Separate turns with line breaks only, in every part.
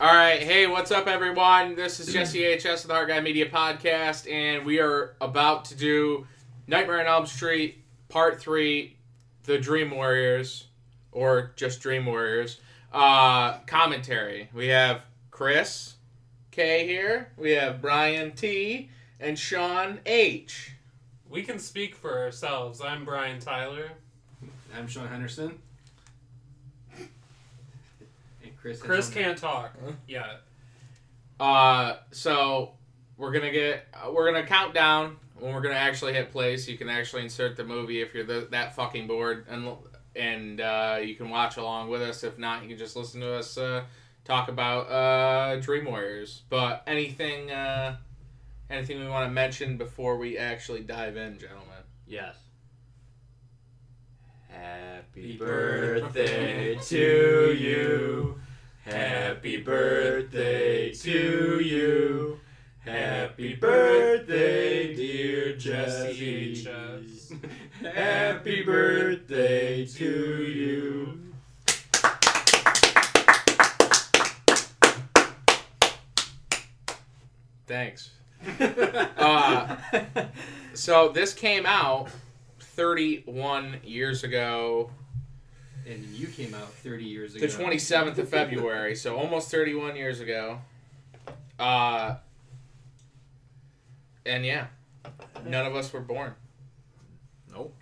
All right, hey, what's up, everyone? This is Jesse H.S. with the Hard Guy Media Podcast, and we are about to do Nightmare on Elm Street Part 3 The Dream Warriors, or just Dream Warriors, uh, commentary. We have Chris K here, we have Brian T, and Sean H.
We can speak for ourselves. I'm Brian Tyler.
I'm Sean Henderson. And Chris. has
Chris
one-
can't talk. Yeah.
Uh, so we're gonna get uh, we're gonna count down when we're gonna actually hit play, so you can actually insert the movie if you're th that fucking bored, and and uh, you can watch along with us. If not, you can just listen to us uh, talk about uh, Dream Warriors. But anything uh, anything we want to mention before we actually dive in, gentlemen.
Yes. Happy
Happy
birthday to you. Happy birthday to you. Happy birthday, dear Jesse.
H.S.
Happy birthday to you.
Thanks. Uh, So this came out 31 years ago.
And you came out 30 years ago.
the 27th of February, so almost 31 years ago. Uh, and yeah, none of us were born.
Nope.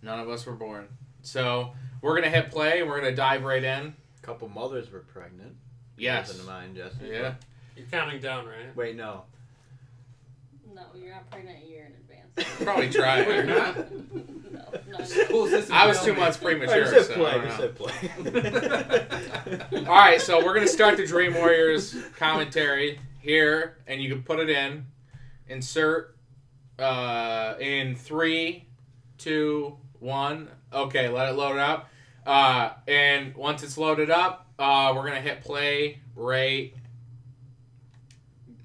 None of us were born. So we're going to hit play and we're going to dive right in.
Couple mothers were pregnant.
Yes.
Nothing to mind, Jesse.
Yeah.
You're counting down, right?
Wait, no.
No, you're not pregnant a year in advance.
Probably try.
We're not.
no, no.
School system
I was two
development.
months premature.
Alright,
so I don't know. All
play.
right, so we're gonna start the Dream Warriors commentary here, and you can put it in. Insert uh, in three, two, one. Okay, let it load up. Uh, and once it's loaded up, uh, we're gonna hit play right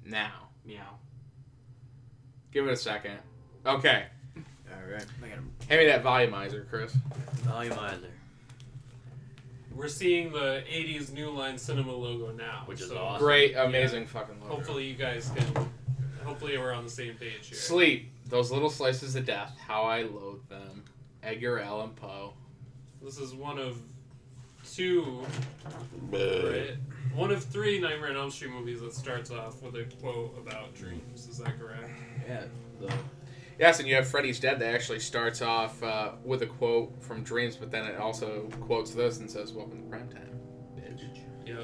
now.
Meow.
Give it a second. Okay,
All right.
hand me that volumizer, Chris.
Volumizer,
We're seeing the 80s New Line Cinema logo now.
Which is
so
awesome.
Great, amazing fucking loader.
Hopefully you guys can. Hopefully we're on the same page here.
Sleep, those little slices of death, how I loathe them. Edgar Allan Poe.
This is one of two. Right? One of three Nightmare on Elm Street movies that starts off with a quote about dreams. Is that correct?
Yeah. The,
Yes, and you have Freddy's Dead that actually starts off uh, with a quote from Dreams, but then it also quotes this and says, Welcome to prime time, bitch.
Yep.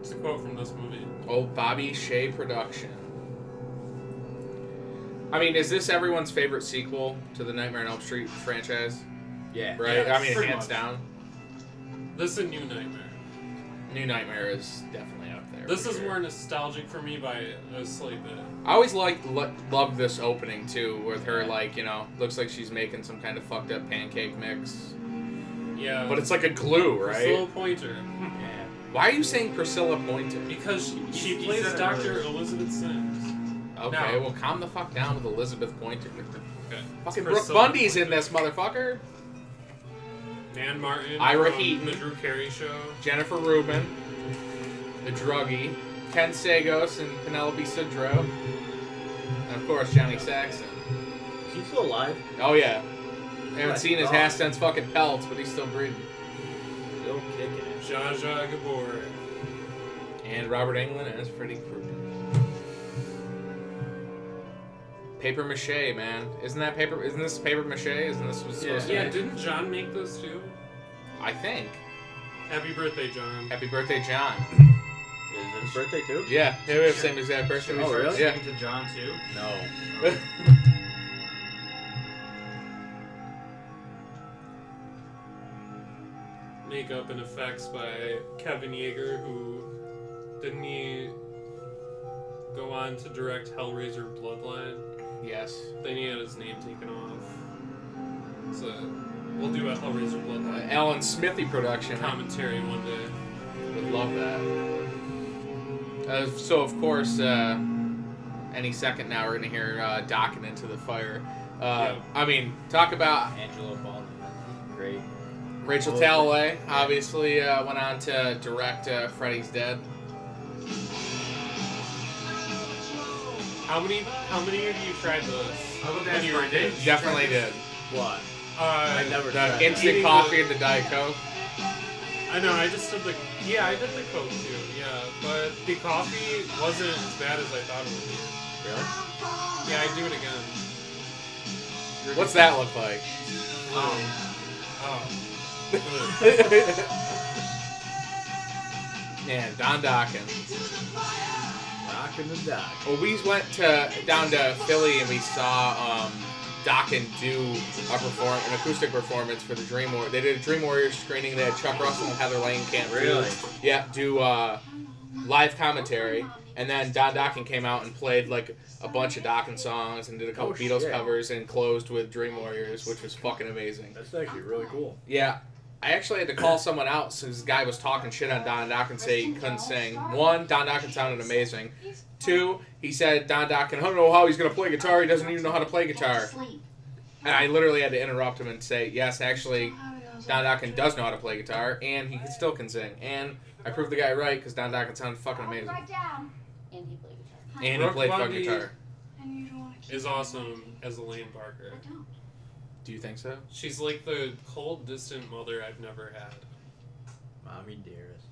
It's a quote from this movie.
Old Oh, Bobby Shea production. I mean, is this everyone's favorite sequel to the Nightmare on Elm Street franchise?
yeah.
Right?
Yeah,
I mean,
pretty
hands
much.
down.
This is New Nightmare.
New Nightmare is definitely up there.
This
for
is
sure.
more nostalgic for me by a slight bit.
I always like lo- love this opening too, with her like you know looks like she's making some kind of fucked up pancake mix,
Yeah.
Mm. but it's like a glue,
Slow
right?
pointer.
Yeah.
Why are you saying Priscilla Pointer?
Because
He-
she
he
plays
said it
Dr.
earlier.
Elizabeth Sims.
Okay,
No.
well, calm the fuck down with Elizabeth Pointer.
Okay.
Fucking Brooke
Priscilla
Bundy's in
Pointer.
this motherfucker.
Nan Martin.
Ira
from
Heaton.
The Drew Carey Show.
Jennifer Rubin, the druggie, Ken Sagos, and Penelope Sidro, and of course Johnny Saxon.
Is he still alive?
Oh yeah, I haven't
My
seen his
God.
ass since fucking pelts, but he's still breathing.
Still kicking it.
Zsa Zsa Gabor.
And Robert Englund as Freddy Krueger. Paper mache, man. Isn't that paper? Isn't this paper mache? Isn't this what's supposed
Yeah,
to be?
didn't John make those too?
I think.
Happy birthday, John.
Happy birthday, John.
Is it his birthday too?
Yeah, they have the same exact birthday.
Oh, really?
Yeah.
To John too.
No.
Makeup and effects by Kevin Yeager, who didn't he go on to direct Hellraiser Bloodline?
yes.
Then he had his name taken off. So we'll do a Hellraiser
Uh,
Bloodline
Alan Smithy production.
commentary one day.
Would love that. Uh, so of course, uh, any second now we're gonna hear uh, docking into the fire. Uh,
Yeah.
I mean, talk about
Angelo Baldwin. Great.
Rachel Talway obviously uh, went on to direct uh, Freddy's Dead.
How many how many of you tried those?
I would
When
ask
you were
my
a kid?
kids.
Definitely did.
What? I
Uh,
never tried.
The instant
Eating
coffee
the-
and the Diet Coke.
I know. I just did the yeah. I did the coke too. Yeah, but the coffee wasn't as bad as I thought it would be.
Really?
Yeah, I'd do it again.
What's that look like?
Oh. Oh.
Man, Don Dawkins.
Rockin' the dock.
Well, we went to down to Philly and we saw um, Dawkins do a perform an acoustic performance for the Dream War. They did a Dream Warriors screening. They had Chuck Russell and Heather Langenkamp. do-
Really?
Yeah, do uh, live commentary, and then Don Dokken came out and played like a bunch of Dokken songs and did a couple
Oh,
Beatles
shit.
covers and closed with Dream Warriors, which was fucking amazing.
That's actually really cool.
Yeah. I actually had to call someone out since this guy was talking shit on Don Dokken, say he couldn't sing. One, Don Dokken sounded amazing. Two, he said Don Dokken, I don't know how he's going to play guitar. He doesn't even know how to play guitar. And I literally had to interrupt him and say, yes, actually, Don Dokken does know how to play guitar, and he can- still can sing. And I proved the guy right because Don Dokken sounded fucking amazing.
And he played guitar.
And he
Brooke
played fucking
Bundy.
guitar.
Is awesome as Elaine Parker.
Do you think so?
She's like the cold, distant mother I've never had.
Mommy dearest.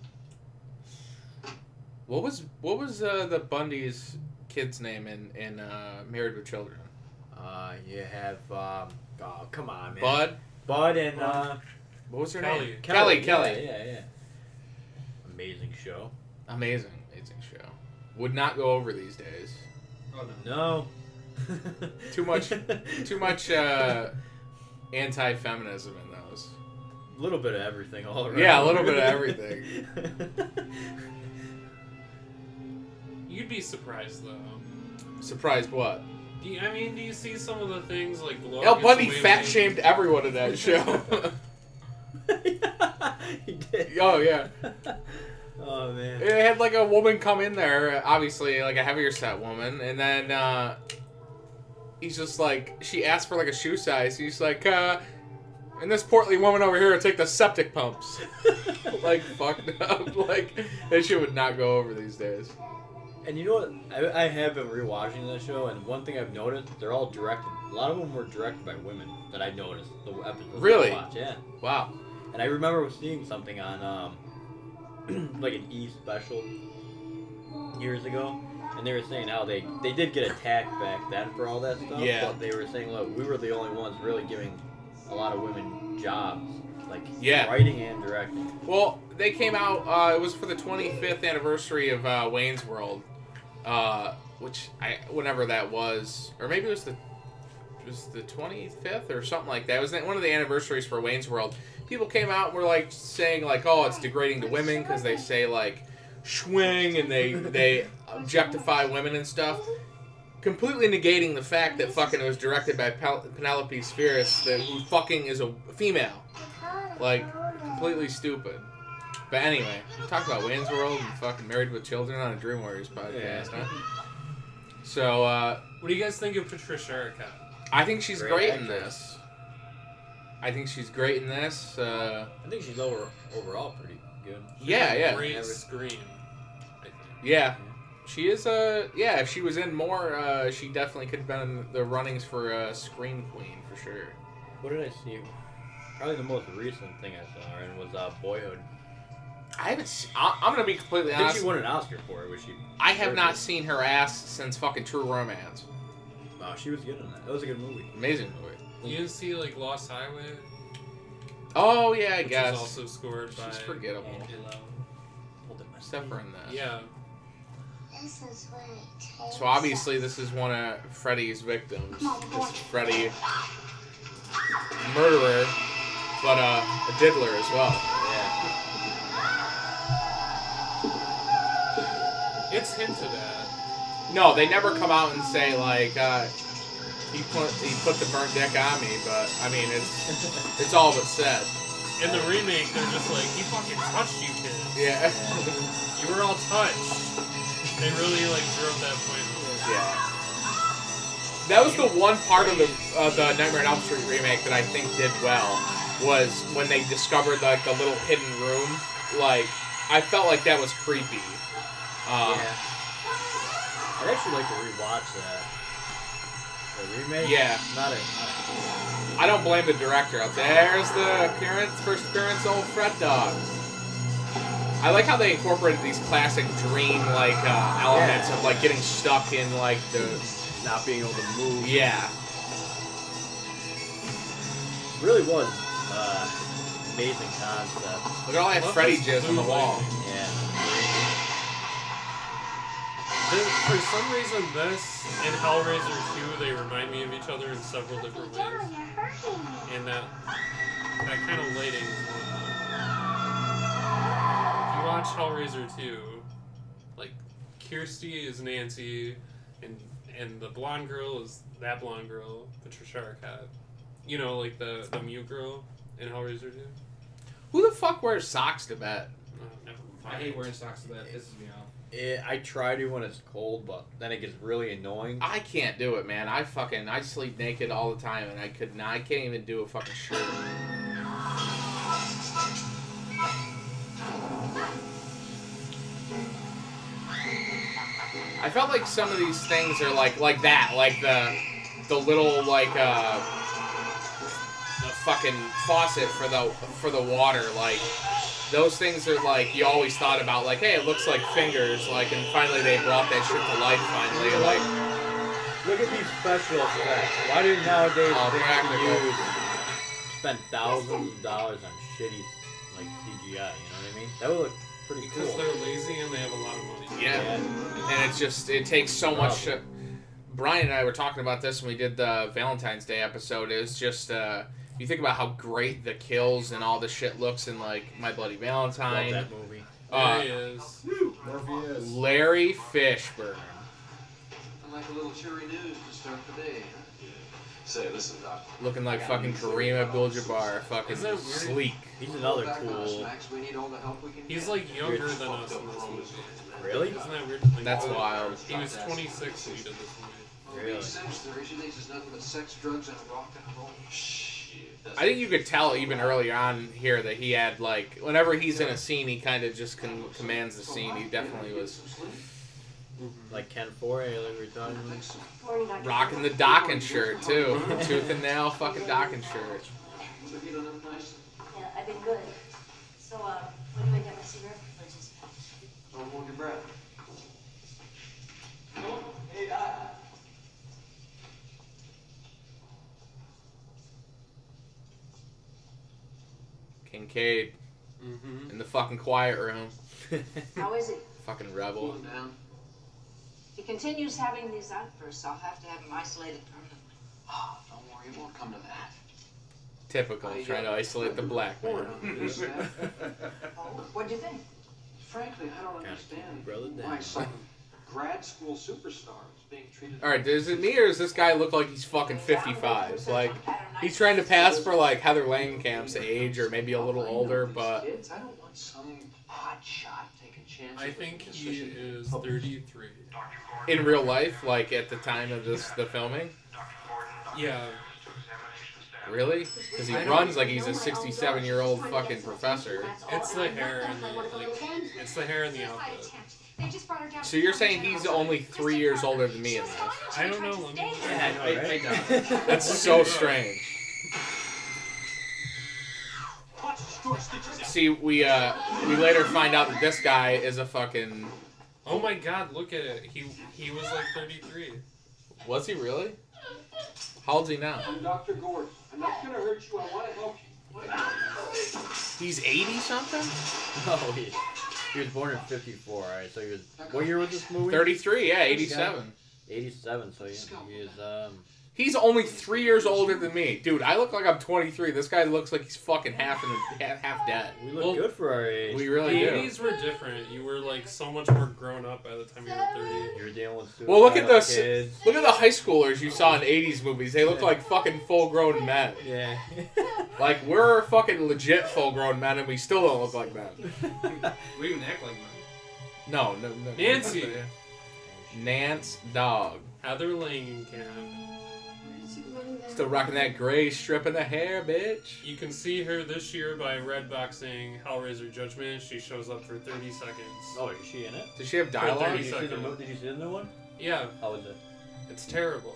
What was what was uh, the Bundy's kid's name in in uh, Married with Children?
Uh, you have, um, oh, come on, man.
Bud.
Bud and, uh,
What was her
Kelly.
name? Kelly. Kelly.
Yeah, yeah, yeah. Amazing show.
Amazing, amazing show. Would not go over these days.
Oh, no.
No.
Too much- Too much uh, anti-feminism in those.
A little bit of everything all around.
Yeah, a little bit of everything.
You'd be surprised though.
Surprised what?
Do you, I mean, do you see some of the things like Gloria
El Bundy
Gawain-
fat shamed everyone in that show.
he did.
oh yeah.
Oh man.
It had like a woman come in there, obviously like a heavier set woman, and then uh, he's just like she asked for like a shoe size. He's like, uh, and this portly woman over here will take the septic pumps. like fucked up. Like that shit would not go over these days.
And you know what? I, I have been rewatching that show, and one thing I've noticed, they're all directed. A lot of them were directed by women that I noticed. The episodes I
Really?
watched, yeah.
Wow.
And I remember seeing something on um, like an E special years ago, and they were saying how they they did get attacked back then for all that stuff.
Yeah.
But they were saying, look, we were the only ones really giving a lot of women jobs, like
Yeah.
writing and directing.
Well, they came out. Uh, it was for the 25th anniversary of uh, Wayne's World, uh, which I whenever that was, or maybe it was the it was the 25th or something like that. It was one of the anniversaries for Wayne's World. People came out and were like saying like, "Oh, it's degrading to women" because they say like "swing" and they they objectify women and stuff. Completely negating the fact that fucking it was directed by Pel- Penelope Spheris, that who fucking is a female like completely stupid. But anyway, we talked about Wayne's World and fucking Married with Children on a Dream Warriors podcast.
Yeah.
Huh? So uh,
What do you guys think of Patricia Arquette?
I think she's
Great
great, in
actress.
this. I think she's great in this. Uh,
I think she's over overall pretty good.
yeah, yeah,
Great
Never-
screen. I think.
yeah. She is a uh, yeah. If she was in more, uh, she definitely could have been in the runnings for uh, scream queen for sure.
What did I see? Probably the most recent thing I saw her in was uh, Boyhood.
I haven't. Se- I- I'm gonna be completely
I think
honest.
she won an Oscar for it. Was she?
I have not seen her ass since fucking True Romance.
Wow, she was good in that. That was a good movie.
Amazing movie.
You didn't see like Lost Highway,
Oh yeah, I
which
guess.
was also scored by
She's forgettable.
Angela.
Except for in this.
Yeah,
So obviously this is one of Freddy's victims. This is Freddy murderer, but uh, a diddler as well.
Yeah.
it's hinted at.
No, they never come out and say like uh, he put he put the burnt dick on me, but I mean it's it's all but said.
In the remake, they're just like, he fucking touched you, kid.
Yeah.
You were all touched. They really like drove that point home.
Yeah. That was the one part of the uh, the Nightmare on Elm Street remake that I think did well was when they discovered like the little hidden room. Like I felt like that was creepy. Um,
yeah. I'd actually like to rewatch that. The remake?
Yeah.
Not a, not
I don't blame the director. I'll say, There's the appearance, first appearance, of old Fred Dog. I like how they incorporated these classic dream like uh, elements of like getting stuck in like the
a- not being able to move.
yeah
Really was uh, amazing concept.
Look at all that
Love
Freddy
this
jizz on the
blue
wall.
lightning.
Yeah.
This, for some reason, this and Hellraiser 2, they remind me of each other in several different ways. And that that kind of lighting is one of them. If you watch Hellraiser 2, like, Kirsty is Nancy, and and the blonde girl is that blonde girl, Patricia Arquette. You know, like the, the Mew girl in Hellraiser 2?
Who the fuck wears socks to bed?
No, never
I
mind.
hate wearing socks to bed. It pisses me off.
It, I try to when it's cold, but then it gets really annoying.
I can't do it, man. I fucking I sleep naked all the time, and I could not. I can't even do a fucking shirt. I felt like some of these things are like like that, like the the little like uh the fucking faucet for the for the water, like those things are like you always thought about like, hey, it looks like fingers, like and finally they brought that shit to life finally, like
Look at these special effects. Why do nowadays
All
they have to
Oh, practical.
use spend thousands of dollars on shitty like CGI? You know what I mean? That would look pretty
Because
cool.
they're lazy and they have a lot of money.
Yeah. and it's just it takes so much. uh,
Problem.
Brian and I were talking about this when we did the Valentine's Day episode. Is just uh, you think about how great the kills and all the shit looks in like My Bloody
Love
Valentine.
that movie.
There
Uh,
he is.
Morpheus.
Larry Fishburne.
I like a little cheery news to start the day. Huh? Say, listen, Doc.
Looking like fucking Kareem Abdul-Jabbar, fucking
Isn't that weird?
sleek.
He's
Hold
another
back on us,
cool.
Max. We need all the help we can
He's
get.
like younger
It's
than
fucked
us
up
in this
wrong
movie.
with you.
Really?
Isn't that weird? to think
That's
about?
wild.
He was 26 when he did this movie.
Well, it
Really?
makes sense. The reason is is nothing but sex, drugs, and rock and roll. Shit. that's-
I think you could tell even early on here that he had like whenever he's in a scene, he kind of just con- commands the scene. He definitely was
Like Ken Foray, like we were talking about.
rocking the docking shirt too, tooth and nail fucking docking shirt.
Yeah, I've been good. So, uh, when do I get my cigarette privileges back?
Don't hold your breath. Hey, Doc.
Kincaid
Mm-hmm.
in the fucking quiet room.
How is it?
fucking
Cool
rebel.
down.
If he continues having these outbursts, I'll have to have him isolated permanently.
Oh, don't worry, it won't come to that.
Typical, trying to isolate the black man.
Porn on the news, man.
Oh, what do you think?
Frankly, I don't understand
brother
why
down.
some grad school superstar is being treated.
Alright, does it me or does this guy look like he's fucking 55? Like, he's trying to pass for like Heather Langenkamp's age or maybe a little older, but
Kids, I don't want some hot shot taking chances.
I
with
think
me,
he
especially-
is 33.
in real life, like at the time of this, the filming?
Yeah.
Really? Because he runs like he's a 67 year old fucking professor.
It's the hair and the, like, it's the hair and the outfit.
So you're saying he's only three years older than me in this?
I don't know, let me-
Yeah, I know, Oh,
I-
right?
That's so strange. See, we uh, we later find out that this guy is a fucking.
Oh my god, look at it. He he was like 33.
Was he really? How old's he now?
I'm Dr. Gord. I'm not going to hurt you. I want to help you. What?
He's eighty something.
oh, he, he was born in '54. All right, so he was. What year was this movie?
Thirty-three. Yeah, eighty-seven.
'87. So he, he is. Um,
He's only three years older than me, dude. I look like I'm twenty-three. This guy looks like he's fucking half and half, half dead.
we look
Well,
good for our age.
We
The
Oh,
really do.
80s were different. You were like so much more grown up by the time you were 30.
You're dealing with
Well, look at
suicidal
those-
kids.
Look at the high schoolers you saw in '80s movies. They look like fucking full-grown men.
Yeah.
Like we're fucking legit full-grown men, and we still don't look like men.
We even act like mine.
No, no, no.
Nancy.
Nance dog.
Heather Langenkamp.
It's Still rocking that gray strip in the hair, bitch.
You can see her this year by Redboxing Hellraiser Judgment. She shows up for 30 seconds.
Oh, is she in it?
Does she have
Did
dialogue?
you, see the, mo- did you see the new one?
Yeah,
How was it?
it's terrible.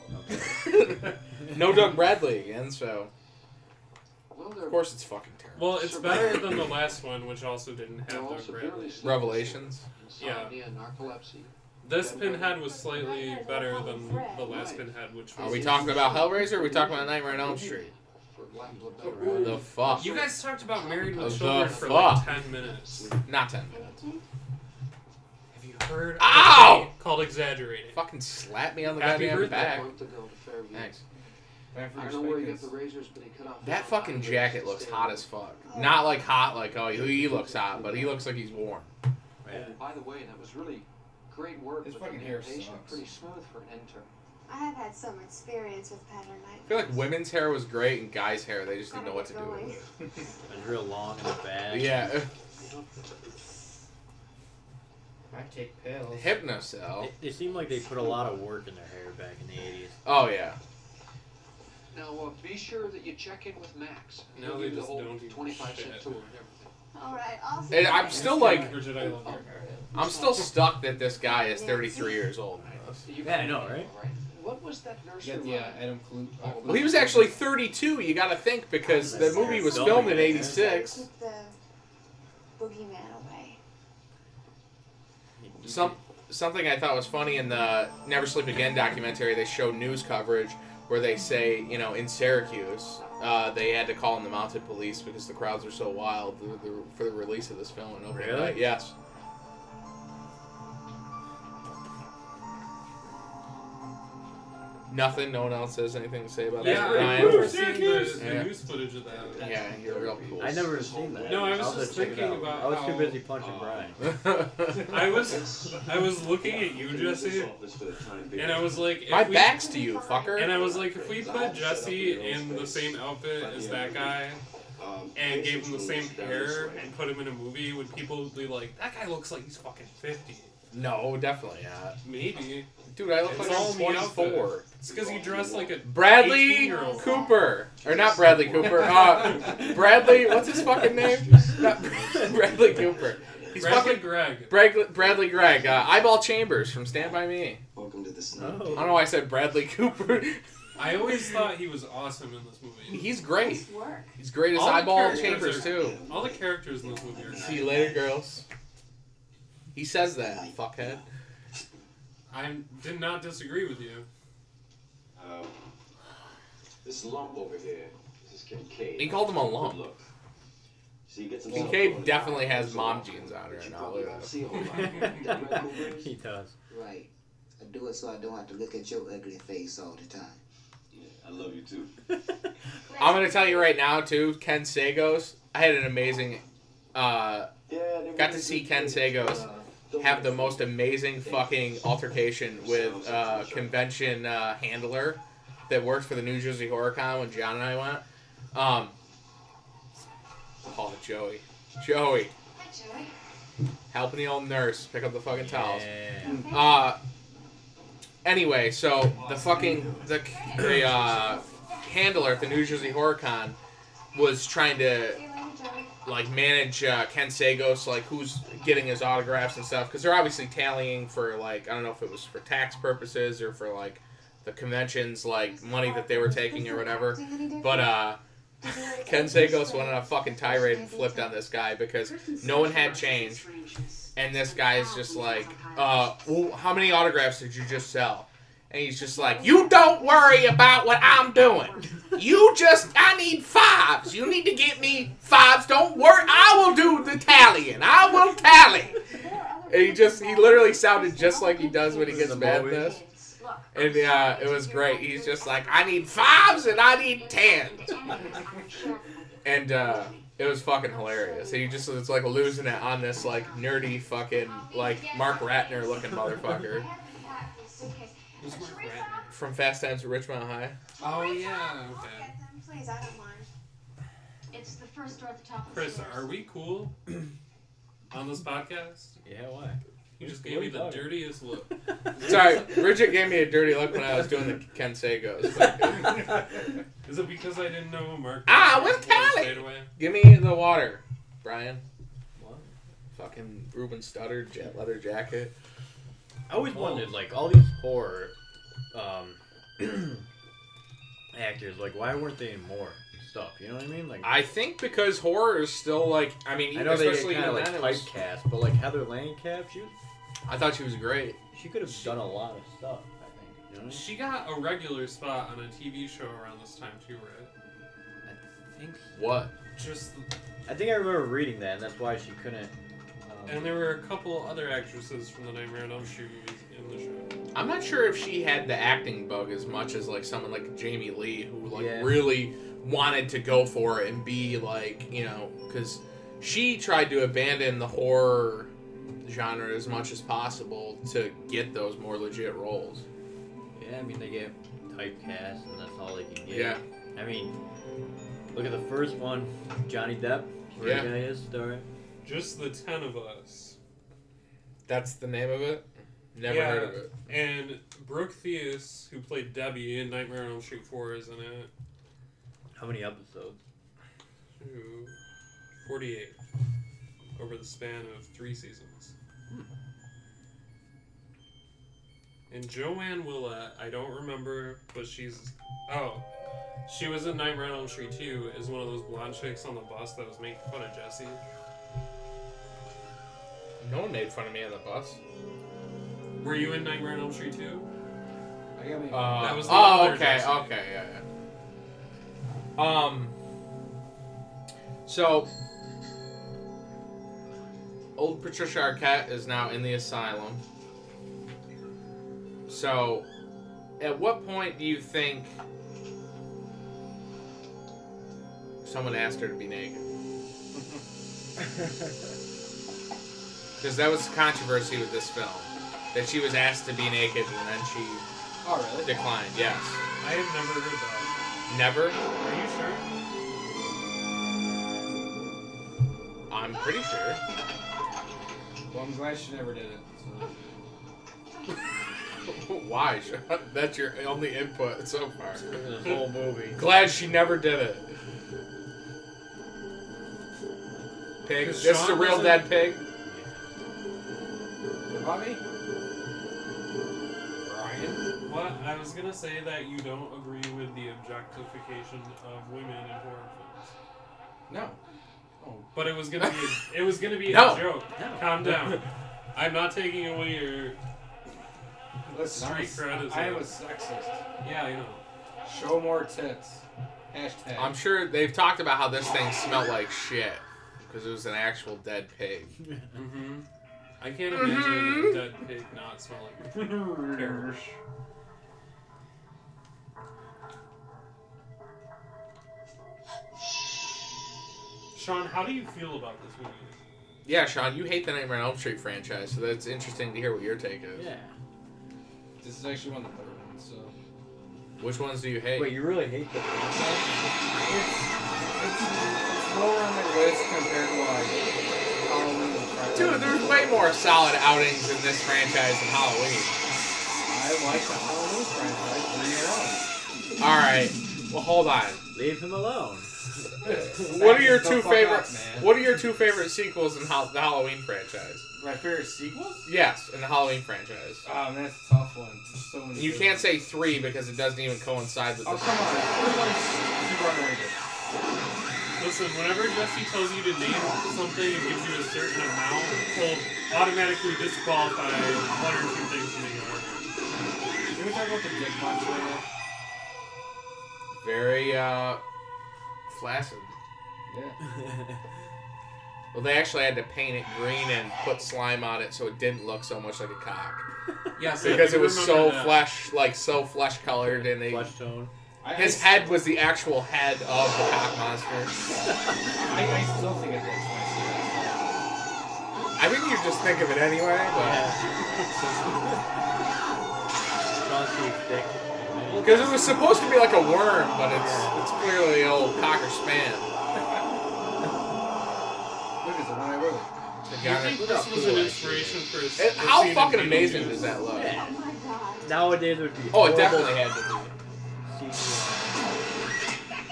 No Doug Bradley again, so
Well,
of
they're
course it's fucking terrible.
Well, it's better than the last one, which also didn't have
they're all
Doug
severely
Bradley.
sleep
Revelations.
disabled, Insomnia and narcolepsy.
This pinhead was slightly better than the last pinhead, which
Are
was.
we talking about Hellraiser? Or are we talking about Nightmare on Elm Street?
For lack of a better
What
word.
the fuck?
You guys talked about Married
The
with Children for like 10 minutes.
Not ten.
Have you heard of
Ow!
a thing called Exaggerating?
Fucking slap me on the
Happy
goddamn
birthday.
back.
Month ago to Fairview.
Thanks.
Back for
I
your
don't know where you got
spankings.
the razors, but he cut off.
That
the
fucking
top
jacket
and
looks
stayed
hot
on.
as fuck. Not like hot, like oh he looks hot, but he looks like he's warm.
Yeah.
By the way, that was really great work.
His
with
fucking
the
hair
animation,
sucks.
Pretty smooth for an intern.
I have had some experience with pattern nightmares.
I feel like women's hair was great and guys' hair they just didn't know what to do with it.
It's real long in the back.
Yeah,
I take pills.
hypnocell.
It, it seemed like they put a lot of work in their hair back in the 80s.
Oh yeah.
Now, uh, be sure that you check in with Max.
No,
He'll
they
give you the
just
whole
don't give a
25
shit.
cent tour and everything.
All right, I'll see
And
you
I'm
later.
still like-
Bridget, I love you.
I'm still stuck that this guy is 33 years old.
You
Yeah, I know, right?
What was that nursery
Yeah,
rhyme?
yeah, Adam Clute. uh,
Well,
Well, he was actually 32. You got to think because the movie was filmed in '86.
Keep the boogeyman away.
Some something I thought was funny in the Never Sleep Again documentary. They show news coverage where they say, you know, in Syracuse, uh, they had to call in the mounted police because the crowds were so wild for the, for the release of this film and opening
Really?
night. Yes. Nothing. No one else has anything to say about
Yeah,
that.
I
Ryan?
remember seeing the, the
Yeah.
news footage of that.
Yeah, you're real cool.
I never have seen that.
No, I was
I'll have to
just
check it
thinking
out.
about
I was
how,
too busy punching
uh,
Brian.
I was, I was looking at you, Jesse, and I was like, if
My
we,
back's to you, fucker.
and I was like, if we put Jesse in the same outfit as that guy and gave him the same hair and put him in a movie, would people be like, that guy looks like he's fucking fifty?
No, definitely not.
Maybe
Dude, I look
It's
like
all
I'm
me out there.
24.
it's because he dressed like a
Bradley
18-year-old.
Cooper. Or not Bradley Cooper. Uh, Bradley, what's his fucking name? Not Bradley Cooper. He's
Bradley
fucking
Gregg.
Bradley, Bradley Gregg. Uh, Eyeball Chambers from Stand By Me.
Welcome to the snow.
I
Oh.
don't know why I said Bradley Cooper.
I always thought he was awesome in this movie.
He's great.
Nice work.
He's great as
All the
Eyeball
characters
Chambers,
are-
too.
Um,
All the characters in this movie are.
See you later, girls. He says that, fuckhead.
I did not disagree with you.
Um, this lump over here, this is Kincaid.
He called him a lump.
Look. So you get some
Kincaid definitely has mom jeans on her and all that.
See a whole lot.
he does.
Right. I do it so I don't have to look at your ugly face all the time.
Yeah, I love you too.
I'm gonna tell you right now too, Ken Sagos. I had an amazing, uh,
Yeah, they
got to
really
see
do
Ken
good.
Sagos
Uh, don't
have the
worry.
most amazing fucking altercation with uh, convention uh, handler that worked for the New Jersey Horror Con when John and I went. Um, call it Joey. Joey,
Hi, Joey.
helping the old nurse pick up the fucking towels.
Yeah.
Uh, anyway, so the fucking the the uh, handler at the New Jersey Horror Con was trying to
See you later, Joey.
like manage uh, Ken Sagos, like who's getting his autographs and stuff, because they're obviously tallying for like I don't know if it was for tax purposes or for like the conventions, like money that they were taking or whatever. But uh, Ken Sagos went on a fucking tirade and flipped on this guy because no one had change, and this guy's just like, uh, well, how many autographs did you just sell? And he's just like, you don't worry about what I'm doing. You just, I need fives. You need to get me fives. Don't worry. I will do the tallying. I will tally. And he just, he literally sounded just like he does when he gets mad at this. And uh, it was great. He's just like, I need fives and I need tens. And uh, it was fucking hilarious. And he just was like losing it on this like nerdy fucking, like Mark Ratner looking motherfucker
Who's Mark Ratner?
from Fast Times at Richmond High.
Oh yeah. Okay.
Please, I don't mind.
It's the first door at the top of the
Chris,
stairs.
are we cool on this podcast?
Yeah, why?
You just gave me the dirtiest look.
Sorry, Bridget gave me a dirty look when I was doing the Kensegos.
Is it because I didn't know Mark?
Ah,
was
with
going
Cali!
straight away?
Give me the water, Brian.
What?
Fucking Ruben Studdard jet leather jacket.
I always
Oh.
wondered, like, all these horror um, actors, like, why weren't they in more stuff? You know what I mean? Like,
I think because horror is still like, I mean,
I know they get
especially
kind of
even then, it
like
was,
typecast, but like Heather Langenkamp, she was,
I thought she was great.
she could have done a lot of stuff. I think. You know what I mean?
She got a regular spot on a TV show around this time too, right?
I think.
What?
Just
I think I remember reading that, and that's why she couldn't.
and
Um,
there were a couple other actresses from the Nightmare on Elm Street movies in the show.
I'm not sure if she had the acting bug as much as like someone like Jamie Lee, who like
Yeah.
really wanted to go for it and be like, you know, because she tried to abandon the horror genre as much as possible to get those more legit roles.
yeah, I mean they get typecast, and that's all they can get.
Yeah.
I mean, look at the first one, Johnny Depp.
Yeah.
Yeah. Guy is starring.
Just the ten of us.
That's the name of it. Never
Yeah.
heard of it.
And Brooke Theus, who played Debbie in Nightmare on Elm Street 4, is in it.
How many episodes?
Who- 48 over the span of three seasons. Hmm. And Joanne Willett, I don't remember, but she's. Oh. She was in Nightmare on Elm Street 2 as one of those blonde chicks on the bus that was making fun of Jesse.
No one made fun of me on the bus.
Were you in Nightmare on Elm Street 2?
I got me.
Uh,
That was the
oh,
other
okay,
Jesse.
okay, yeah, yeah. Um, so old Patricia Arquette is now in the asylum. So, at what point do you think someone asked her to be naked? Because that was the controversy with this film. That she was asked to be naked and then she
oh, really?
Declined, yes.
I have never heard that.
Never?
Are you sure?
I'm pretty sure.
Well, I'm glad she never did it. So.
Why? That's your only input so far.
This whole movie.
Glad she never did it. Pig.
Because
This is a
Sean
real
wasn't-
dead pig.
Bobby? Brian?
What I was gonna say that you don't agree with the objectification of women in horror films, Oh,
No.
but it was gonna be it was gonna be
No.
a joke. Calm down. I'm not taking away your
Listen,
Street
I'm a s-
cred is
I am
a-
a sexist.
yeah. I know.
Show more tits. Hashtag.
I'm sure they've talked about how this thing smelled like shit. Because it was an actual dead pig.
Mm-hmm. I can't imagine a
Mm-hmm.
dead pig not smelling terrible. Sean, how do you feel about this movie?
Yeah, Sean, you hate the Nightmare on Elm Street franchise, so that's interesting to hear what your take is.
Yeah.
This is actually one of the better ones, so.
Which ones do you hate?
Wait, you really hate the
It's, it's lower on the list compared to like Halloween and Friday.
Dude, there's way more solid outings in this franchise than Halloween.
I like the Halloween franchise three in a row.
All right. Well, hold on.
Leave him alone.
What are your
The
two
fuck
favorite?
up, man.
What are your two favorite sequels in Hal- the Halloween franchise?
My favorite sequels?
Yes, in the Halloween franchise.
Oh, man, that's a tough one. There's so many.
You
good
can't
ones.
say three because it doesn't even coincide with.
Oh
The
come on! Third one's super underrated.
Listen, whenever Jesse tells you to name something and gives you a certain amount, he'll automatically disqualify one or two things from the order.
Can we talk about the dick punch right
Very uh, flaccid.
now? Yeah.
Well, they actually had to paint it green and put slime on it so it didn't look so much like a cock
Yes,
because it was so flesh, like so flesh colored, and they.
Flesh tone.
I,
His
I,
head was the actual head of the cock monster.
I, I still think it's my
I think you just think of it anyway, but.
Sean Steve's dick.
Because it was supposed to be like a worm, but it's it's clearly old cocker span.
Look, it's the one I wrote.
It's
Do you
got
think
it.
this was an inspiration for a s-
It-
for
How
scene in
fucking amazing
Beetlejuice?
does that look?
Yeah.
Oh my god.
Nowadays it would be.
Oh, it
horrible
definitely had to be.
CGI.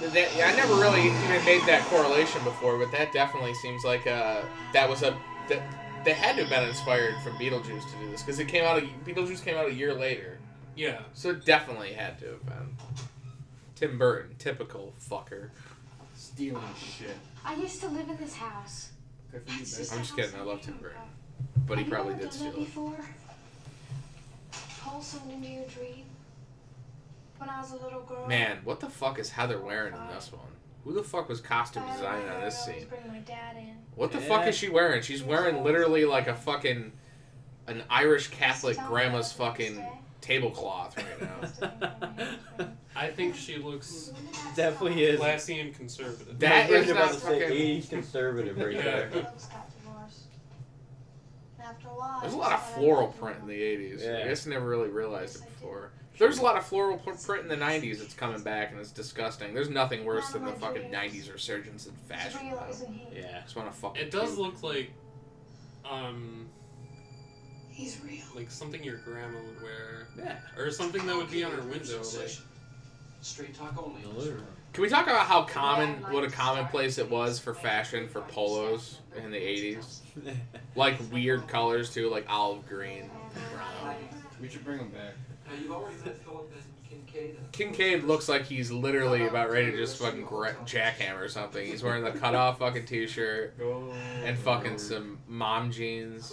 That, I never really even made that correlation before, but that definitely seems like uh that was a that they had to have been inspired from Beetlejuice to do this because it came out a, Beetlejuice came out a year later,
Yeah.
so it definitely had to have been Tim Burton, typical fucker.
Stealing shit.
I used to live in this house.
Good for you,
It's just
bitch.
I'm
a
just kidding,
house
I love
I
Tim
came
Burton.
from.
But he
Have you
probably
ever
did
done
steal
that
it.
before? Pull someone into your dream. When I was a little girl.
Man, what the fuck is Heather wearing in this one? Who the fuck was costume designing on this scene?
Bring my dad in.
What the
Yeah.
fuck is she wearing? She's wearing literally like a fucking an Irish Catholic grandma's fucking tablecloth right now.
I think she looks
Definitely is.
classy and conservative.
That-
I was
is
about
not
to say
fucking-
80s conservative right
Yeah.
there.
There's a lot of floral print in the 80s. I
Yeah.
guess I never really realized it before. There's a lot of floral pr- print in the 90s that's coming back and it's disgusting. There's nothing worse than the fucking 90s resurgence in fashion. though.
Yeah.
I just want to fucking.
It does
puke.
look like, um,
He's real.
like something your grandma would wear,
Yeah.
or something that would be on her window. Like,
Straight talk only.
Can we talk about how common, what a commonplace it was for fashion for polos in the 80s? Like weird colors too, like olive green, brown.
We should bring him back.
Now, you've already met Philip and Kincaid.
Kincaid looks like he's literally about ready to just fucking gra- jackhammer something. He's wearing the cutoff fucking t-shirt
Oh.
Go.
and fucking some mom jeans.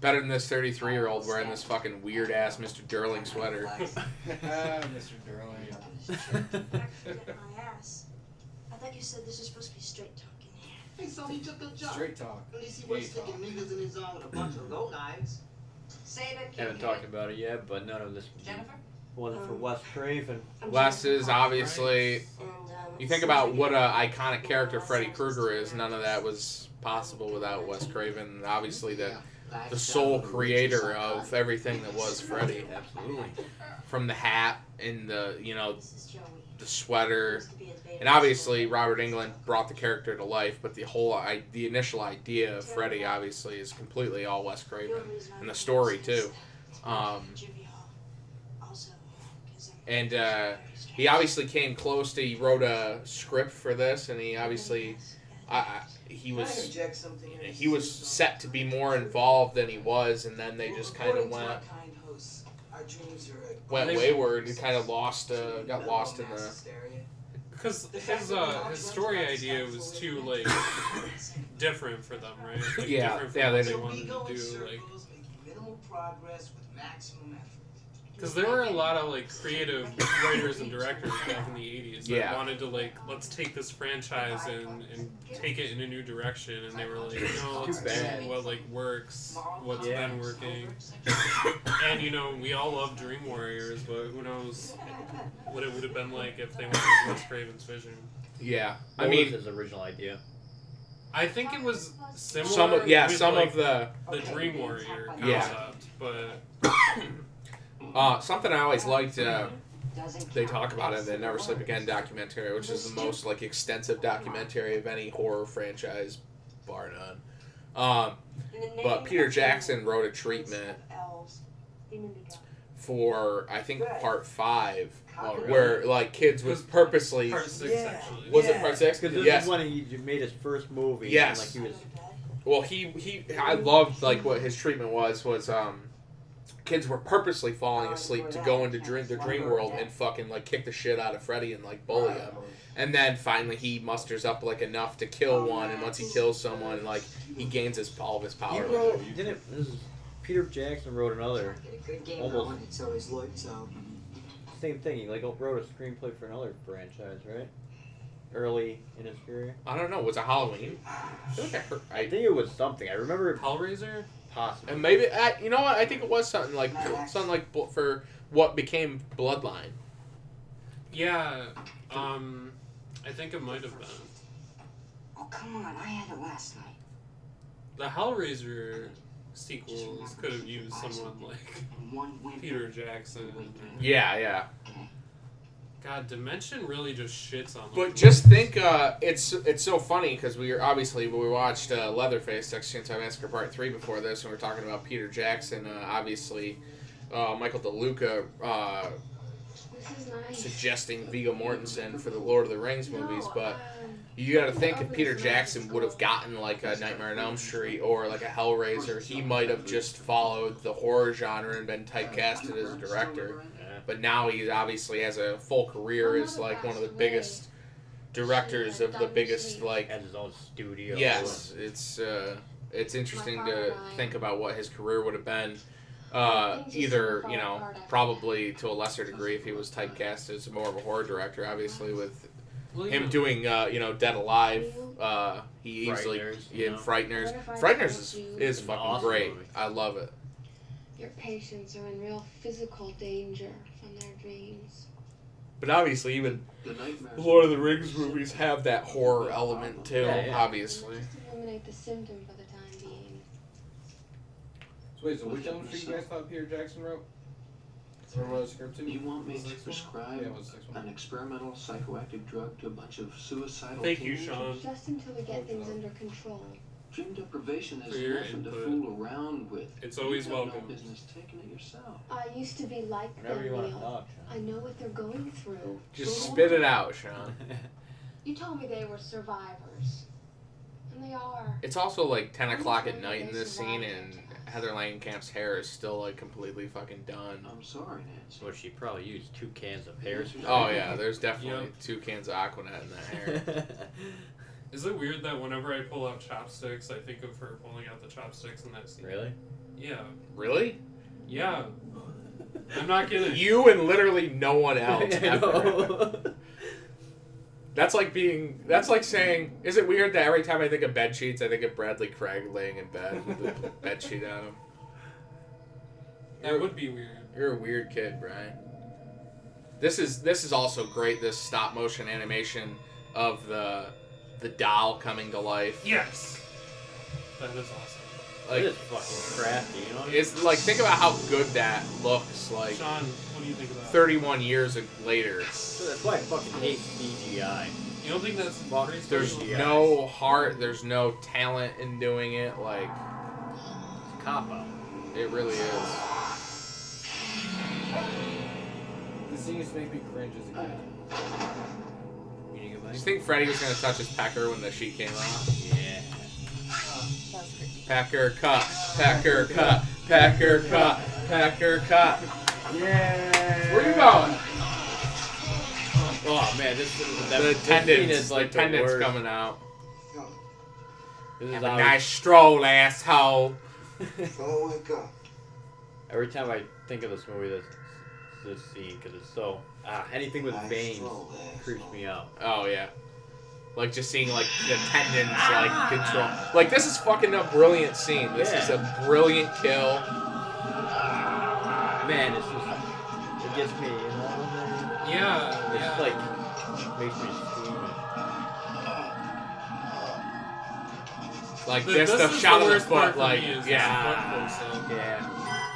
Better than this 33 year old wearing this fucking weird ass Mr. Durling sweater.
Mr. Darling.
my ass. I thought you said this was supposed to be straight talking.
Hey, so he took a job.
Straight talk.
At least he
Yeah,
was
he
sticking niggas in his arm with a bunch of low knives.
Save it.
Haven't talked about it yet, but none of this
Jennifer?
wasn't for Wes Craven.
Wes is obviously.
And, um,
You think about what a iconic character Freddy Krueger is. None of that was possible without Wes Craven. Obviously, the the sole creator of everything that was Freddy.
Absolutely.
From the hat and the you know
This is Joey.
the sweater
Used to be his baby.
And obviously, Robert England brought the character to life, but the whole, I- the initial idea of Freddy obviously is completely all Wes Craven, and the story too. Um,
Jimmy Hall. Also, 'cause I'm-
and uh, he obviously came close to. He wrote a script for this, and he obviously, I, I, he was, he was set to be more involved than he was, and then they just kind of went went wayward and kind of lost, uh, got lost in the.
because his uh, his story idea was too like different for them, right? Like,
Yeah,
different from
yeah, they
what
didn't-
they wanted to do. Like,
minimal progress with maximum effort.
Because there were a lot of like creative writers and directors back in the '80s that
Yeah.
wanted to like let's take this franchise and and take it in a new direction, and they were like, no, let's
Too bad.
do what like works, what's
Yeah.
been working, and you know we all love Dream Warriors, but who knows what it would have been like if they went with Wes Craven's vision.
Yeah, I
What was
mean,
his original idea.
I think it was similar.
some of yeah,
with,
some
like,
of the.
the Dream Warrior concept,
Yeah.
but
Uh, something I always liked. Uh,
Doesn't
they
count.
talk about it in the Never Sleep Again documentary, which is the most like extensive documentary of any horror franchise, bar none. Um,
In the name
but Peter
of
Jackson wrote a
humans,
treatment
elves, human begotten.
for I think part five,
Oh, really?
where like kids was purposely
part six
Yeah.
actually.
was it part six?
Because this
Yes.
is when he j- made his first movie.
Yes.
And, like he was.
Well, he he I loved like what his treatment was was um. Kids were purposely falling asleep to go into dream, their dream world and fucking like kick the shit out of Freddy and like bully him. And then finally he musters up like enough to kill one, and once he kills someone, like he gains his all of his
He
power.
wrote. Didn't this is Peter Jackson wrote another almost same thing. He like wrote a screenplay for another franchise, right? Early in his career.
I don't know. Was it Halloween? I feel like I heard.
I
I,
think it was something. I remember it
Hellraiser.
possibly.
and maybe I, you know what? I think it was something like something like bl- for what became Bloodline.
Yeah, um, I think it might have been
Oh, come on. I had it last night.
the Hellraiser sequels could have used someone like
And one win.
Peter Jackson.
Yeah, yeah.
God, Dimension really just shits on.
But
those
just
movies.
think, uh, it's it's so funny because we are obviously we watched uh, Leatherface Texas Chainsaw Massacre Part Three before this, and we are talking about Peter Jackson. Uh, obviously, uh, Michael DeLuca uh,
This is nice.
suggesting Viggo Mortensen for the Lord of the Rings movies,
No,
but
um,
you got to think if Peter Jackson would have gotten like a Nightmare on Elm Street or like a Hellraiser, he might have just followed the horror genre and been typecasted as a director. But now he obviously has a full career as like one of the biggest directors of the biggest like
Has his own studio.
Yes, it's uh, it's interesting to think about what his career would have been. Uh, either you know, probably to a lesser degree if he was typecast as more of a horror director. Obviously, with
Well, you
him
know,
doing uh, you know Dead Alive, uh, he easily
Frighteners, you
yeah
know.
Frighteners.
What if I
Frighteners is,
told you-
is
An
fucking
awesome
great.
movie.
I love it.
Your patients are in real physical danger from their dreams.
But obviously, even
The nightmares.
Lord of the Rings movies have that horror element too.
Yeah, yeah.
Obviously,
Just eliminate the symptom for the time being.
So wait, so which Elm Street you guys thought Peter Jackson wrote? Or was scripted?
You want me
Was
Yeah,
this one?
to prescribe
it was six
an
one.
experimental psychoactive drug to a bunch of suicidal
Thank you,
teenagers?
Sean.
Just until we get things under control.
Dream deprivation
For
is
your
nothing to
input.
fool around with.
It's always
you have
welcome.
No business taking it yourself.
I used to be like
Whatever
them,
you want to
Neil.
talk.
I know what they're going through.
just spit it out, Sean.
Sean.
You told me they were survivors. And they are.
It's also like ten o'clock at night in this scene, and Heather Langenkamp's hair is still like completely fucking done.
Oh.
I'm sorry, Nancy.
Well, she probably used two cans of hair. spray.
Oh yeah, there's definitely two cans of Aquanet in that hair.
Is it weird that whenever I pull out chopsticks, I think of her pulling out the chopsticks in that scene?
really?
Yeah.
Really?
Yeah. I'm not kidding.
You and literally no one else.
I
Ever.
know.
That's like being. That's like saying, is it weird that every time I think of bed sheets, I think of Bradley Craig laying in bed with a bed sheet on him?
that would be weird.
You're a weird kid, Brian. This is this is also great. This stop motion animation of the the doll coming to life.
Yes. That is awesome.
Like
it is fucking crafty, you know?
It's like think about how good that looks like
Sean, what do you think of that?
31 years ag- later.
That's why I fucking hate CGI.
You don't think that's
Fuck,
pretty
There's
special?
Yeah.
no heart, there's no talent in doing it. Like
Cop out.
it really is.
The scene used to make me cringe as a kid.
You need to go
Do
back?
you think Freddy was gonna touch his pecker when the sheet came out?
Yeah.
That's creepy.
Pecker cut, pecker cut, pecker cut, pecker cut.
Yeah.
Where you going?
Oh man, this is that,
The
this scene
tendons,
is
like
like the
tendons
worst.
coming out.
This is
Have a
how-
nice stroll, asshole.
Oh, wake up.
Every time I think of this movie, this this scene, because it's so ah, anything with
Nice
veins
stroll, asshole.
creeps me out.
Oh yeah. Like just seeing like the tendons like control. Like this is fucking a brilliant scene. This is a brilliant kill.
Man, it's just it gets me. You know?
Yeah.
It's
yeah.
like makes me scream.
Like
The-
this
this
the
is
shot
the
of the
worst part
foot,
for
like
me is
yeah,
this foot close-up.
Yeah.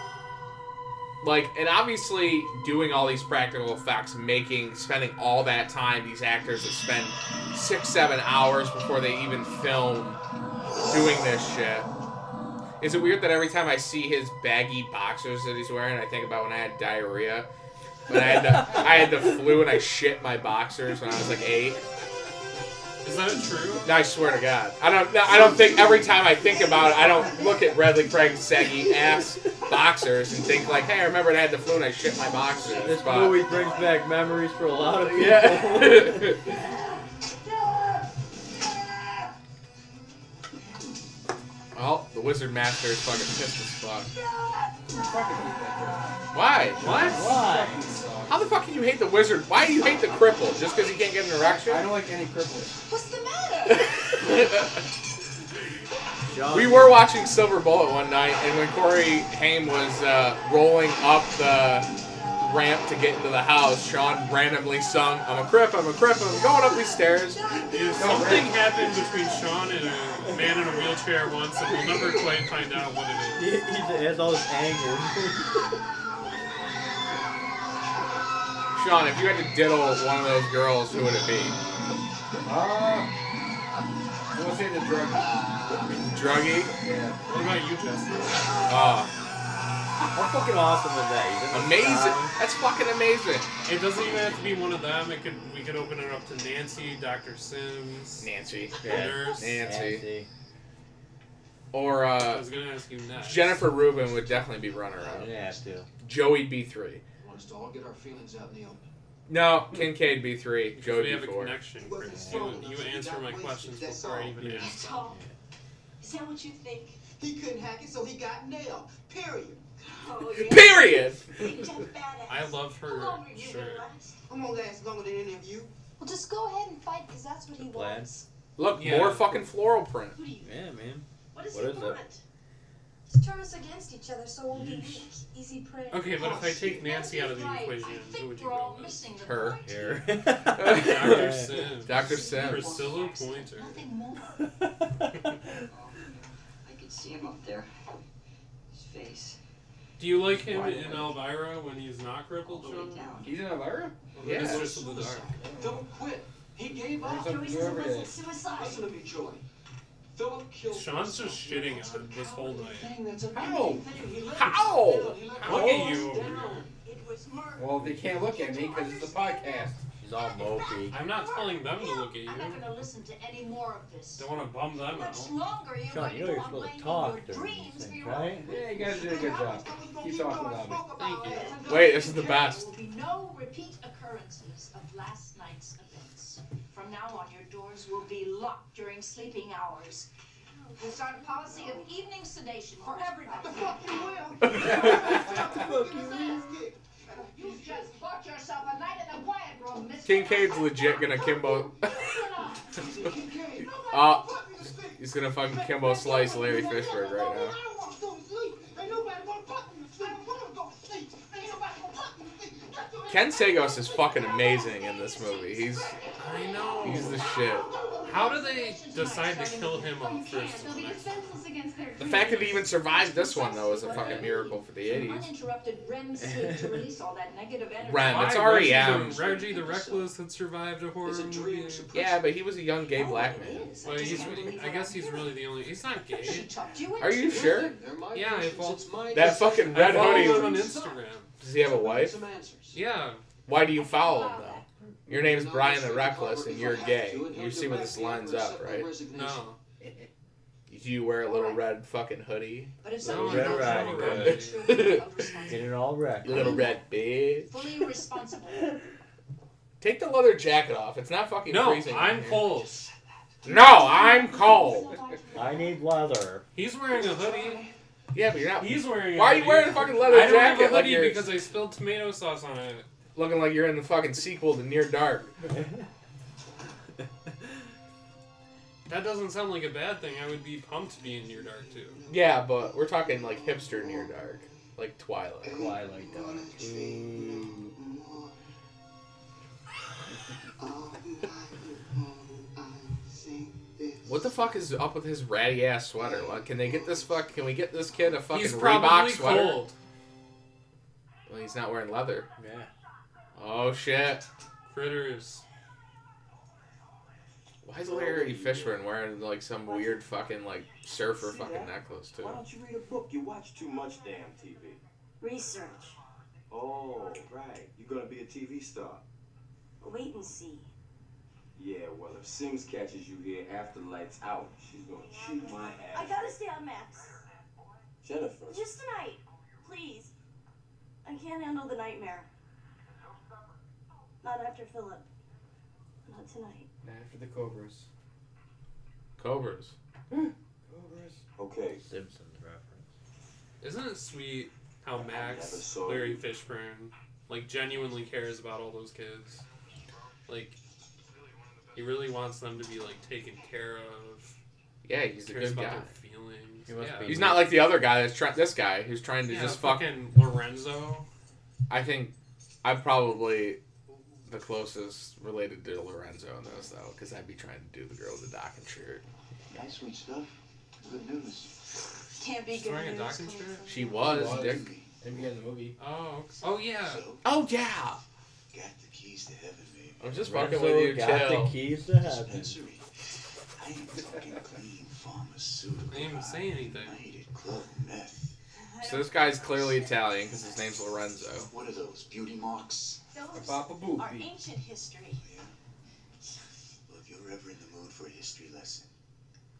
like and obviously doing all these practical effects, making spending all that time. These actors that spend six, seven hours before they even film doing this shit. Is it weird that every time I see his baggy boxers that he's wearing, I think about when I had diarrhea, when I had the I had the flu and I shit my boxers when I was like eight.
Is that true?
I swear to God, I don't. no, I don't think every time I think about it, I don't look at Redley Craig's saggy ass boxers and think like, "Hey, I remember I had the flu and I shit my boxers."
This
But-
movie brings back memories for a lot of people.
yeah. well, the wizard master is fucking pissed as fuck.
Fucking hate that
Why? What?
Why?
joke. It sucks.
How the fuck can you hate the wizard? Why do you hate the cripple? Just because he can't get an
I
erection?
don't like any cripples.
What's the matter?
John,
We were watching Silver Bullet one night, and when Corey Haim was uh, rolling up the ramp to get into the house, Sean randomly sung, I'm a crip, I'm a crip, I'm going up these stairs.
Something happened between Sean and a man in a wheelchair once, and we'll never quite find out what it
He, he has all this anger.
Sean, if you had to diddle one of those girls, who would it be?
Uh, I'm gonna say the drug.
Druggy?
Yeah.
What about you, Justin?
Oh,
How fucking awesome is that? He's in the
amazing.
sky.
That's fucking amazing.
It doesn't even have to be one of them. It could we could open it up to Nancy, Doctor Sims,
Nancy.
the
Yeah.
nurse.
Nancy.
Fancy.
Or
I
uh,
was gonna ask you next.
Jennifer Rubin would definitely be runner
I
up.
didn't have to.
Joey B3.
Want us to all get our feelings out in the open.
No, Kincaid B3.
Because we
Joey
have a
B4.
connection, Chris. You, you answer my questions before I even ask.
That's all. Is that what you think?
He couldn't hack it, so he got nailed. Period.
Oh, yeah.
Period!
Big dumb badass.
I love
How
her
long are you
shirt.
gonna last?
I'm gonna last longer than any of you.
Well, just go ahead and fight, because that's what he
Glad.
wants.
Look,
Yeah.
more fucking floral print.
Who do you?
Yeah, man.
What does
What
he
is it?
want? Just turn us against each other, so we'll be weak, easy prey.
Okay, but if I take Nancy out of the
Right.
equation,
I
who
think
would you
we're
go
all
with?
missing the
Her.
point.
Here.
Doctor Sims.
Dr. Sim.
Priscilla Pointer.
Nothing more.
I could see him up there. His face.
Do you like him in Elvira when he's not crippled?
all the
Sean?
way down.
He's in Elvira?
Yeah.
Mistress of the Dark.
Philip quit. He gave
There's
up.
a-
Joey says it wasn't suicide.
Listen to me, Joey. Philip killed.
Sean's
himself.
just shitting
That's
on
the
this whole
cowardly
night.
thing. That's a
How?
big thing. He let
How?
himself down. He let
Look at you
himself
over
down.
here.
It was murder.
Well, they can't look at me because it's a podcast.
He's all mopey.
I'm not telling them to look at you.
I'm not gonna listen to any more of this.
Don't want to bum them out.
Much longer are you
Sean,
going
you know
to
you're
go on
supposed to
blaming
talk
your
during
dreams
these
for
things,
your
right?
Yeah, you guys did a good job. Keep talking about me.
Thank you.
Wait, this is the best.
There will be no repeat occurrences of last night's events. From now on, your doors will be locked during sleeping hours. We'll start a policy of evening sedation for everybody.
The fuck you will. Fuck you will.
You just bought yourself a night in the quiet room, Mr.
Kincaid's legit gonna Kimbo.
Kincaid,
uh,
put me to sleep.
he's gonna fucking Kimbo slice Larry Fishburne right now. Ken Sagos is fucking amazing in this movie. He's
I know.
he's the shit.
How do they decide to kill him on first?
They'll be
one?
defenseless against their
The fact that he even survived this one though is a fucking miracle for the '80s.
Uninterrupted REM sleep to release all that negative energy.
REM. It's
Why
REM.
Reggie the, Reggie the Reckless had survived a horror
It's a dream
movie.
supreme.
Yeah, but he was a young gay
Oh,
black
it
man.
is. I
Well,
just
he's
can't
really,
believe
I
what
guess
I'm
he's
doing.
really the only. He's not
She
gay.
chopped you
Are you
into-
sure?
Yeah, I fall-
That fucking
I
red
follow him on
hoodie.
Instagram.
Does he have a wife?
Yeah,
Why do you follow him though? Your name's Brian the Reckless and you're gay. You see where this lines up, right?
no.
Do you wear a little red fucking hoodie?
But if
No,
someone
Red
knows
Riding
you
Hood.
are truly of
Get
responsibility,
it all wrecked.
You little red bitch.
fully responsible,
Take the leather jacket off. It's not fucking
No,
freezing. in
I'm
here.
cold.
No, I'm cold.
I need leather.
He's wearing a hoodie.
Yeah, but you're not
He's wearing. A
Why are you
hoodie.
wearing a fucking leather
I don't have a
jacket like
hoodie
you're-
because I spilled tomato sauce on it.
looking like you're in the fucking sequel to Near Dark.
That doesn't sound like a bad thing. I would be pumped to be in Near Dark too.
Yeah, but we're talking like hipster Near Dark, like Twilight. Mm.
Twilight Dawn.
What the fuck is up with his ratty ass sweater? Like, can they get this fuck? Can we get this kid a fucking
He's
Reebok
probably
sweater?
cold.
Well, he's not wearing leather.
Yeah.
Oh shit!
Critters.
Why is Larry Fishburne wearing like some weird fucking like surfer
See
fucking
that?
necklace too?
Why don't you read a book? You watch too much damn TV.
Research.
Oh, right. You're gonna be a TV star.
Wait and see.
Yeah, well, if Sims catches you here after the lights out, she's gonna shoot my ass.
I gotta stay on max.
Jennifer.
Just tonight, please. I can't handle the nightmare. Not after Philip. Not tonight.
After the Cobras.
Cobras.
Cobras.
Okay.
Simpsons reference.
Isn't it sweet how
never
Max
saw
Larry
you.
Fishburne like genuinely cares about all those kids? Like he really wants them to be like taken care of.
Yeah, he's a
cares
good
about
guy.
their feelings.
He must
yeah.
be-
He's not like the other guy that's trying. This guy who's trying to
Yeah,
just fuck.
fucking Lorenzo.
I think I'm probably the closest related to Lorenzo in this though, because I'd be trying to do the girl with the docking shirt.
Nice sweet stuff. Good news.
Can't be
He's
good.
wearing a
news
docking
coming
shirt?
from-
She was,
Was.
dick.
They began the movie.
Oh, okay. oh yeah.
Oh yeah.
got the keys to heaven, baby.
I'm just
Renzo
fucking with you,
got
chill.
the keys to heaven.
Dispensary. I ain't fucking clean pharmaceutical.
I didn't even say anything.
I did club meth.
So this guy's clearly Italian because his name's Lorenzo.
What are those beauty marks?
Those
Papa Boo.
are ancient history.
Well, if you're ever in the mood for a history lesson,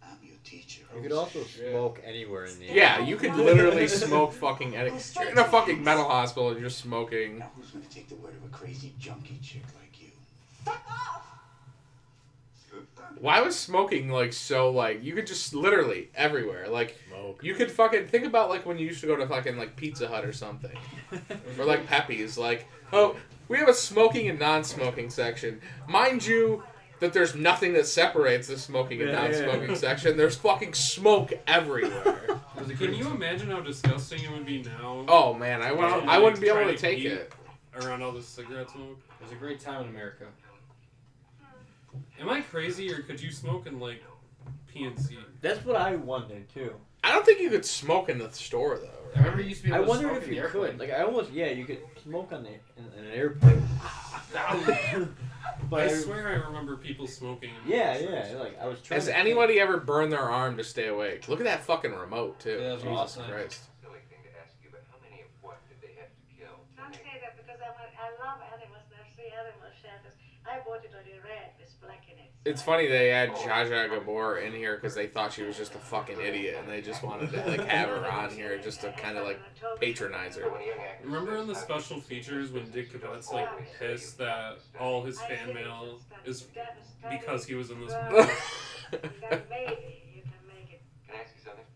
I'm your teacher.
You could also
shit.
smoke anywhere in the
Yeah, you could literally smoke fucking. Any- you're in a fucking mental hospital and you're smoking.
Now who's gonna take the word of a crazy junkie chick like you?
Fuck off!
Why was smoking like so like you could just literally everywhere like
smoke.
you could fucking think about like when you used to go to fucking like Pizza Hut or something or like Pepe's like oh we have a smoking and non-smoking section mind you that there's nothing that separates the smoking and
Yeah, yeah, yeah.
non-smoking section there's fucking smoke everywhere
There's a
Can
kid-
you imagine how disgusting it would be now
oh man I wouldn't I wouldn't be able to take it
around all this cigarette smoke?
There's a great time in America.
Am I crazy or could you smoke in like PNC?
That's what I wondered too.
I don't think you could smoke in the store though
I remember you used to be
I
able to
wondered
smoke
if
in the
you
airplane.
could. Like I almost yeah, you could smoke on the in, in an airplane. but
I
I-
swear I remember people smoking. in
Yeah,
restaurants.
yeah. Like I was trying.
Has
to-
anybody ever burned their arm to stay awake? Look at that fucking remote too.
Yeah, that was
Jesus
awesome.
Christ.
silly thing to ask you, but how many of what did they have to kill?
Don't say that because I, want, I love animals. There are three animal shelters. I bought it on the red with black in it.
It's funny they had Jaja Gabor in here because they thought she was just a fucking idiot and they just wanted to like have her on here just to kind of like patronize her.
When a young actor
Remember
says,
in the
"I've
special features when Dick Caviezel's like pissed that all his fan mail is because he was in this movie?
Then maybe you can make it.
Can I ask you something?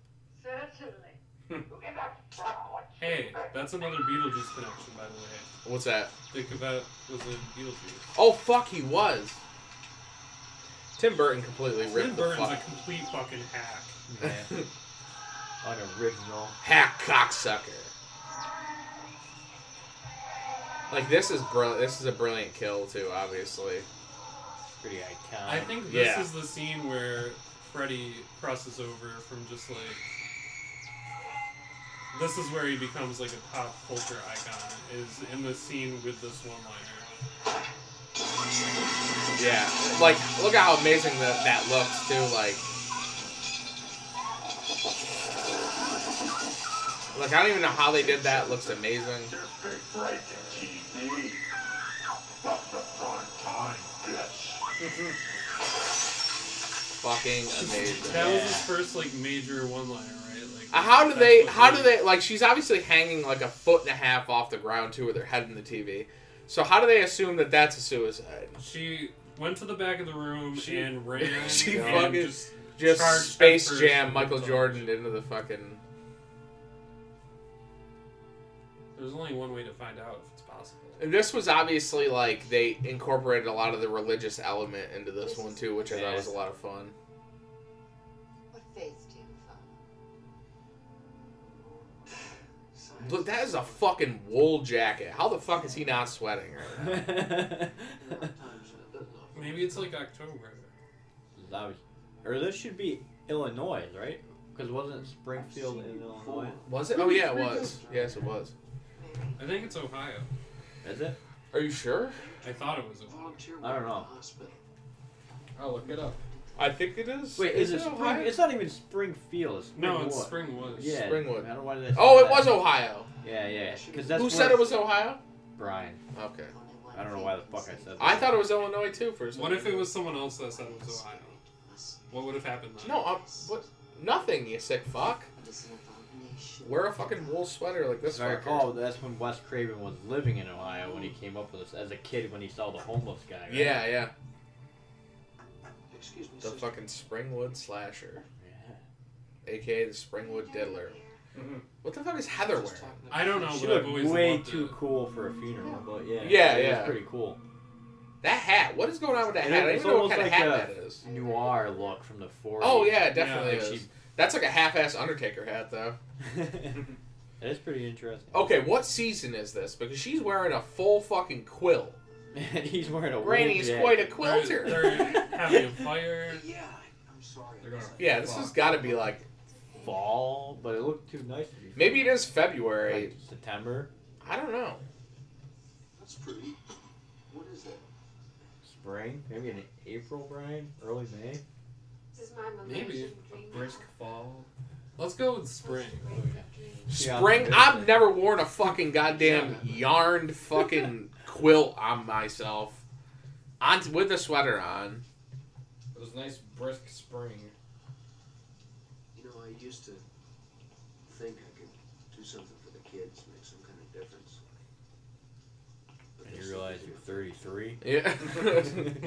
Certainly.
Who in the fuck would
Hey, that's another Beetlejuice connection, by the way.
What's that?
Dick Cavett was in Beetlejuice.
Oh fuck, he was. Tim Burton completely ripped
Tim Burton's
the
a
fuck.
complete fucking hack.
Yeah. An original.
Hack cocksucker. Like this is brilliant. This is a brilliant kill too, obviously.
Pretty iconic.
I think this
yeah.
is the scene where Freddy crosses over from just like. This is where he becomes like a pop culture icon. Is in the scene with this one liner.
Yeah. Like, look at how amazing that that looks too. Like, like I don't even know how they did that. Looks amazing.
They're big breaking TV. Not the front time, bitch.
Fucking amazing.
That was his
Yeah.
first like major one liner, right? Like
Uh, How do
that's
they?
what
How
he-
do they? Like, she's obviously hanging like a foot and a half off the ground too, with her head in the TV. So how do they assume that that's a suicide?
She went to the back of the room
She-
and ran.
she
and
fucking-
just
Just
Charged
Space
first
Jam
and
Michael
done.
Jordan into the fucking.
There's only one way to find out if it's possible.
And this was obviously like they incorporated a lot of the religious element into this one too, which I thought was a lot of fun.
What faith do you follow?
Look, that is a fucking wool jacket. How the fuck is he not sweating? right now?
Maybe it's like October.
That was- or this should be Illinois, right? Because wasn't Springfield in Illinois?
Was it? Oh yeah, it was. Yes, it was.
I think it's Ohio.
Is it?
Are you sure?
I thought it was Ohio.
Volunteer
I don't know.
hospital.
I'll look it up.
I think it is.
Wait, is, it Spring?
Ohio?
It's not even Springfield. It's
No,
Springwood.
it's Springwood.
Yeah.
Springwood.
I don't know why did I
Oh,
say
it was
that.
Ohio.
Yeah, yeah. Because that's
Who
where-
said it was Ohio?
Brian.
Okay.
I don't know why the fuck I said that.
I thought it was Illinois too for a second.
What if it was someone else that said it was Ohio? What would have happened then?
No, I'm, what? Nothing, you sick fuck. Wear a fucking wool sweater like this.
As I
fucker.
recall, oh, that's when Wes Craven was living in Ohio when he came up with this as a kid when he saw the homeless guy. Right?
Yeah, yeah.
Excuse me,
The
sister.
fucking Springwood slasher,
Yeah.
aka the Springwood diddler.
Mhm.
What the fuck is Heather
Just
wearing?
talking to-
I don't know,
She
but I've
looked
always
way
loved
too
it.
cool for a funeral, but yeah.
Yeah,
it
yeah.
was pretty cool.
That hat. What is going on with that
And
hat? I don't
it's
even know what
almost
kind of
like
hat
a-
that is.
Noir look from the 40s.
Oh yeah, definitely.
like
is.
she-
That's like a half-ass Undertaker hat, though.
that is pretty interesting.
Okay, what season is this? Because she's wearing a full fucking quill.
He's wearing a
Granny
wool
is
jacket.
quite a
They're,
quilter.
they're having a fire.
Yeah, I'm sorry.
They're gonna-
yeah, this has got to be like
fall, but it looked too nice. To be
maybe it
fall.
is February.
Like September.
I don't know.
That's pretty.
spring, maybe in April, Brian, early May.
This is my
Maybe
mammalian dream.
a brisk fall. Let's go with spring. Oh,
Spring. I've never worn a fucking goddamn yarned fucking quilt on myself, on with a sweater on.
It was a nice brisk spring.
You know, I used to think I could do something for the kids, make some kind of difference. But
And
there's
you realize you're 33.
Yeah.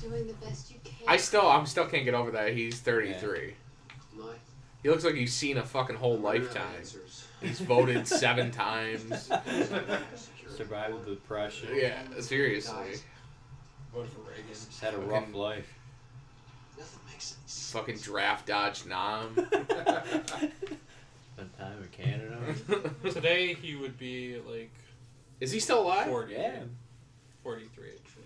Doing the best you can.
I still, I'm still can't get over that. He's 33.
my
He looks like he's seen a fucking whole lifetime.
answers.
He's voted seven times.
Survived the depression.
Yeah, seriously.
Voted for Reagan.
Had a rough life.
Nothing makes sense.
Fucking draft dodge nom.
Spent time in Canada.
Today he would be like
Is he still alive?
40. 43 actually.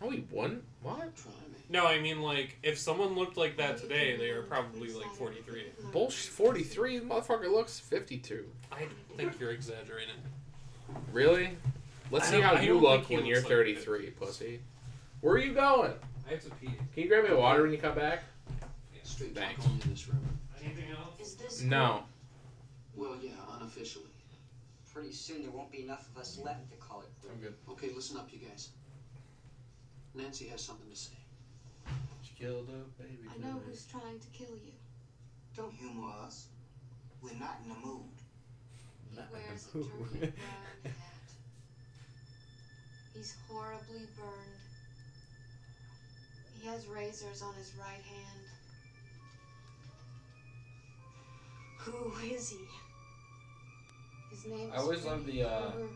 No, Oh, he won. What?
Try me.
No, I mean like if someone looked like that today, they are probably like 43.
Bullshit. 43. The motherfucker looks 52.
I think you're exaggerating.
Really? Let's
I
see
don't-
how
I
you
don't
look
think he
when you're
looks like
33, pussy. Where are you going?
I have to pee.
Can you grab me a water when you come back?
Straight
Thanks.
talk only in this room.
Anything else?
Is this
No.
Well, yeah, unofficially.
pretty soon there won't be enough of us left to call it
I'm good.
Okay, listen up, you guys. Nancy has something to say.
She killed a baby.
I know who's trying to kill you.
Don't humor us. We're not in the mood.
He
Not
wears a
who.
turban brown hat. He's horribly burned. He has razors on his right hand.
Who is he?
His name
I
is
always loved
Freddy
the, uh,
Krueger.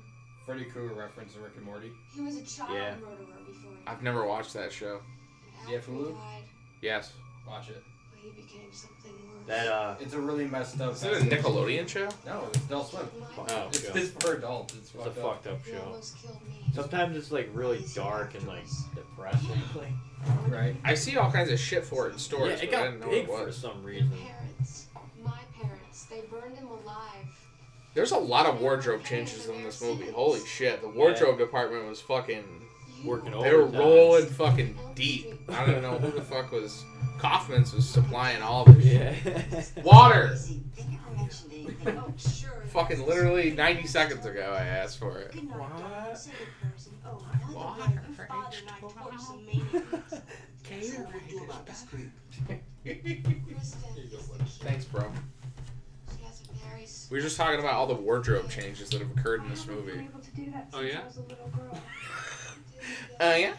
Freddy Krueger reference in Rick and Morty.
He was a child
Yeah.
murderer before he
I've never watched that show.
and
Yeah,
after he
Fulu?
died,
Yes.
Watch it.
well, he became something worse.
That, uh.
It's a really messed up.
Is it a Nickelodeon show?
No, it's Adult Swim.
My-
Oh, God.
It's,
It's
it's for adults. It's
a
fucked up.
fucked up
he
show.
almost killed me.
Sometimes it's like really dark and like depressing.
Right.
I see all kinds of shit for it in
Yeah,
stores, but
it
I
got
didn't know what
big
it
for
was.
some
Your
reason.
parents, my parents, they burned him alive.
There's a lot of wardrobe changes in this movie. Holy shit. The wardrobe department was fucking.
You
Working
They were
overtime.
rolling fucking deep. I don't even know who the fuck was. Kaufman's was supplying all this shit.
Yeah.
Water!
Is he? They never mentioned anything.
Oh, sure.
Fucking literally 90 seconds ago, I asked for it.
Good night,
What?
darling. Say your prayers and oh, another letter. Your father and I toward some maniacs.
So what do we do about this creep?
Kristen is the kid.
Thanks, bro.
She has a very s-
We were just talking about all the wardrobe changes that have occurred in this movie.
Oh yeah.
Oh, yeah?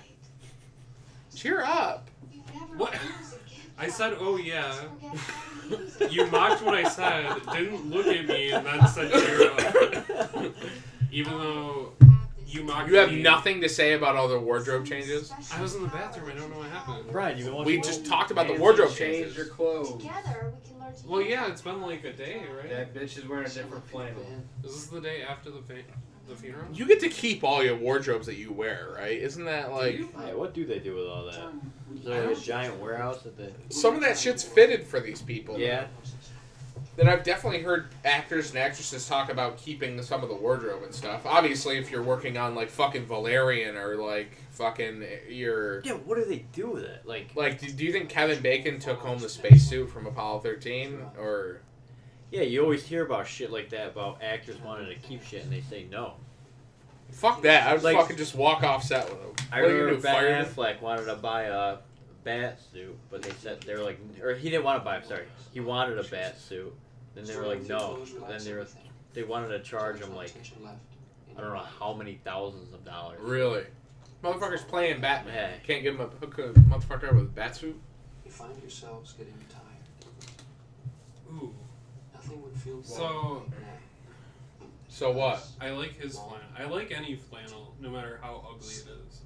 Cheer up.
You never
What?
use a gift
I said,
card.
oh yeah.
Just forget how to use it.
You mocked what I said, didn't look at me, and then said you're up. Even though you mocked
You have
me.
nothing to say about all the wardrobe changes?
I was in the bathroom, I don't know what happened.
Brian, you've been watching.
We just talked about the wardrobe changes.
Change your clothes.
Together we can learn to
Well,
use
yeah,
it.
it's been like a day, right?
That bitch is wearing a different flannel.
Is this the day after the fa- the funeral?
You get to keep all your wardrobes that you wear, right? Isn't that like.
Yeah, what do they do with all that? Is there like a giant warehouse at the?
Some of that shit's fitted for these people.
Yeah.
Then I've definitely heard actors and actresses talk about keeping some of the wardrobe and stuff. Obviously, if you're working on like fucking Valerian or like fucking your
Yeah. What do they do with it? Like.
like, do, do you think Kevin Bacon took home the spacesuit from Apollo 13 or
Yeah, you always hear about shit like that about actors wanting to keep shit and they say no.
fuck that? I would
Like-
fucking just walk off set with him.
I
What are you
remember
gonna do, fire
Ben
him?
Affleck wanted to buy a bat suit, but they said they were like, or he didn't want to buy. I'm sorry, he wanted a bat suit. Then they were like, no. Then they were, they wanted to charge him like I don't know how many thousands of dollars.
Really, motherfucker's playing Batman.
Yeah.
Can't give him a hook a motherfucker with a batsuit.
You find yourselves getting tired.
Ooh.
Nothing would feel
So-
better than that.
So what?
I like his flannel. I like any flannel, no matter how ugly it is.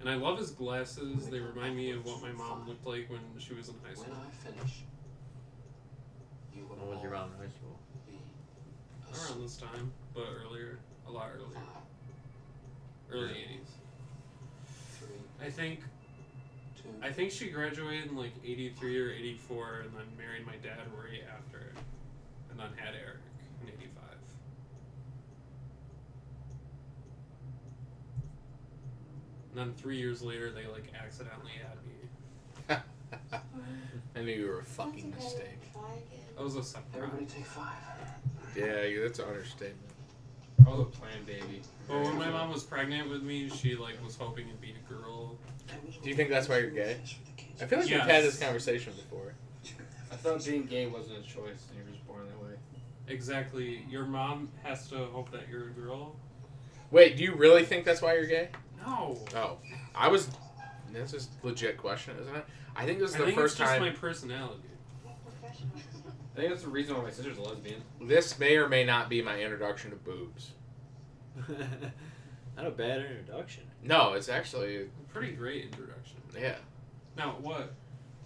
And I love his glasses. They remind me of what my mom looked like when she was in high
When
school.
I finish, you will
When was your
all
mom in high school?
be
Around this time, but earlier, a lot earlier, early '80s.
three,
I think
two,
I think she graduated in like '83 or '84, and then married my dad right after, and then had Eric in '85. And then three years later, they like accidentally had me.
I knew you were a fucking mistake.
That was a surprise.
Everybody take five.
Yeah, you- that's an understatement.
I was a plan baby.
But when my mom was pregnant with me, she like was hoping it'd be a girl.
Do you think that's why you're gay? I feel like
Yes.
we've had this conversation before.
I thought being gay wasn't a choice, and you were just born that way.
Exactly. Your mom has to hope that you're a girl.
Wait, do you really think that's why you're gay?
No.
Oh, I was. That's a legit question, isn't it? I think this is
I
the
think
first
it's just
time.
my personality.
I think that's the reason why my sister's a lesbian.
This may or may not be my introduction to boobs.
Not a bad introduction.
No, it's actually
Pretty great introduction.
yeah.
Now what?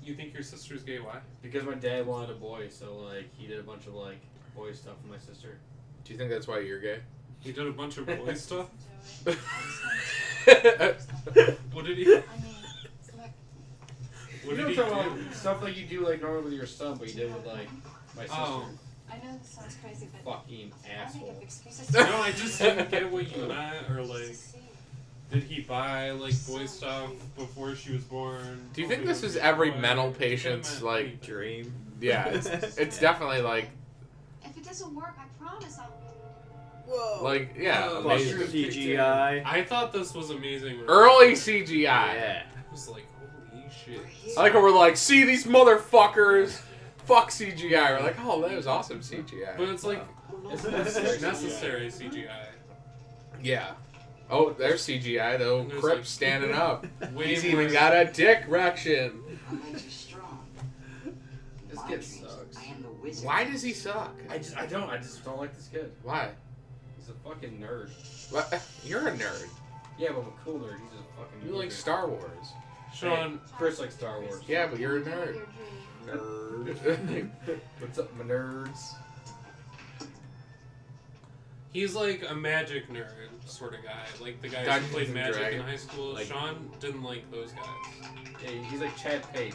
You think your sister's gay? Why?
Because my dad wanted a boy, so like he did a bunch of like boy stuff with my sister.
Do you think that's why you're gay?
He did a bunch of boy stuff. What did he? What
you
did he
know,
do?
talking about stuff like you do like normally with your son, but you did with like my sister.
Oh.
I know this sounds crazy, but
Fucking
I think
asshole.
of excuses.
No, I just didn't get what you meant, or like, did he buy like boy stuff before she was born?
Do you think
Hoping
this
to
is
be a
every
boy?
mental
It
patient's
meant
like?
Dream.
Yeah, it's, it's definitely like
If it doesn't work, I promise I'll. Whoa.
like yeah.
Oh,
amazing.
CGI.
I thought this was amazing. when I
Early
was
CGI.
Yeah.
I was like, holy shit.
I like how we're like, see these motherfuckers. Fuck CGI. We're like, oh, that was awesome CGI.
But it's like,
It's
it's
necessary.
necessary CGI.
Yeah. Oh, there's CGI though.
And there's,
Crip
like,
standing up.
Way
He's
more-
even got a dick erection.
I made you strong.
This
My
kid
dreams,
sucks.
I am the wizard.
Why does he suck?
I just I don't I just don't like this kid.
Why?
He's a fucking nerd.
What? You're a nerd.
Yeah, but I'm a cool nerd. He's just a fucking.
You like
loser.
Star Wars.
Sean,
Chris likes Star Wars.
Yeah, but you're a
Your
nerd.
dream.
Nerd.
What's up, my nerds?
he's like a magic nerd sort of guy. Like the guys
Dungeons
who played
and
magic in
Dragons.
high school.
Like-
Sean didn't like those guys.
Yeah, he's like Chad Pate.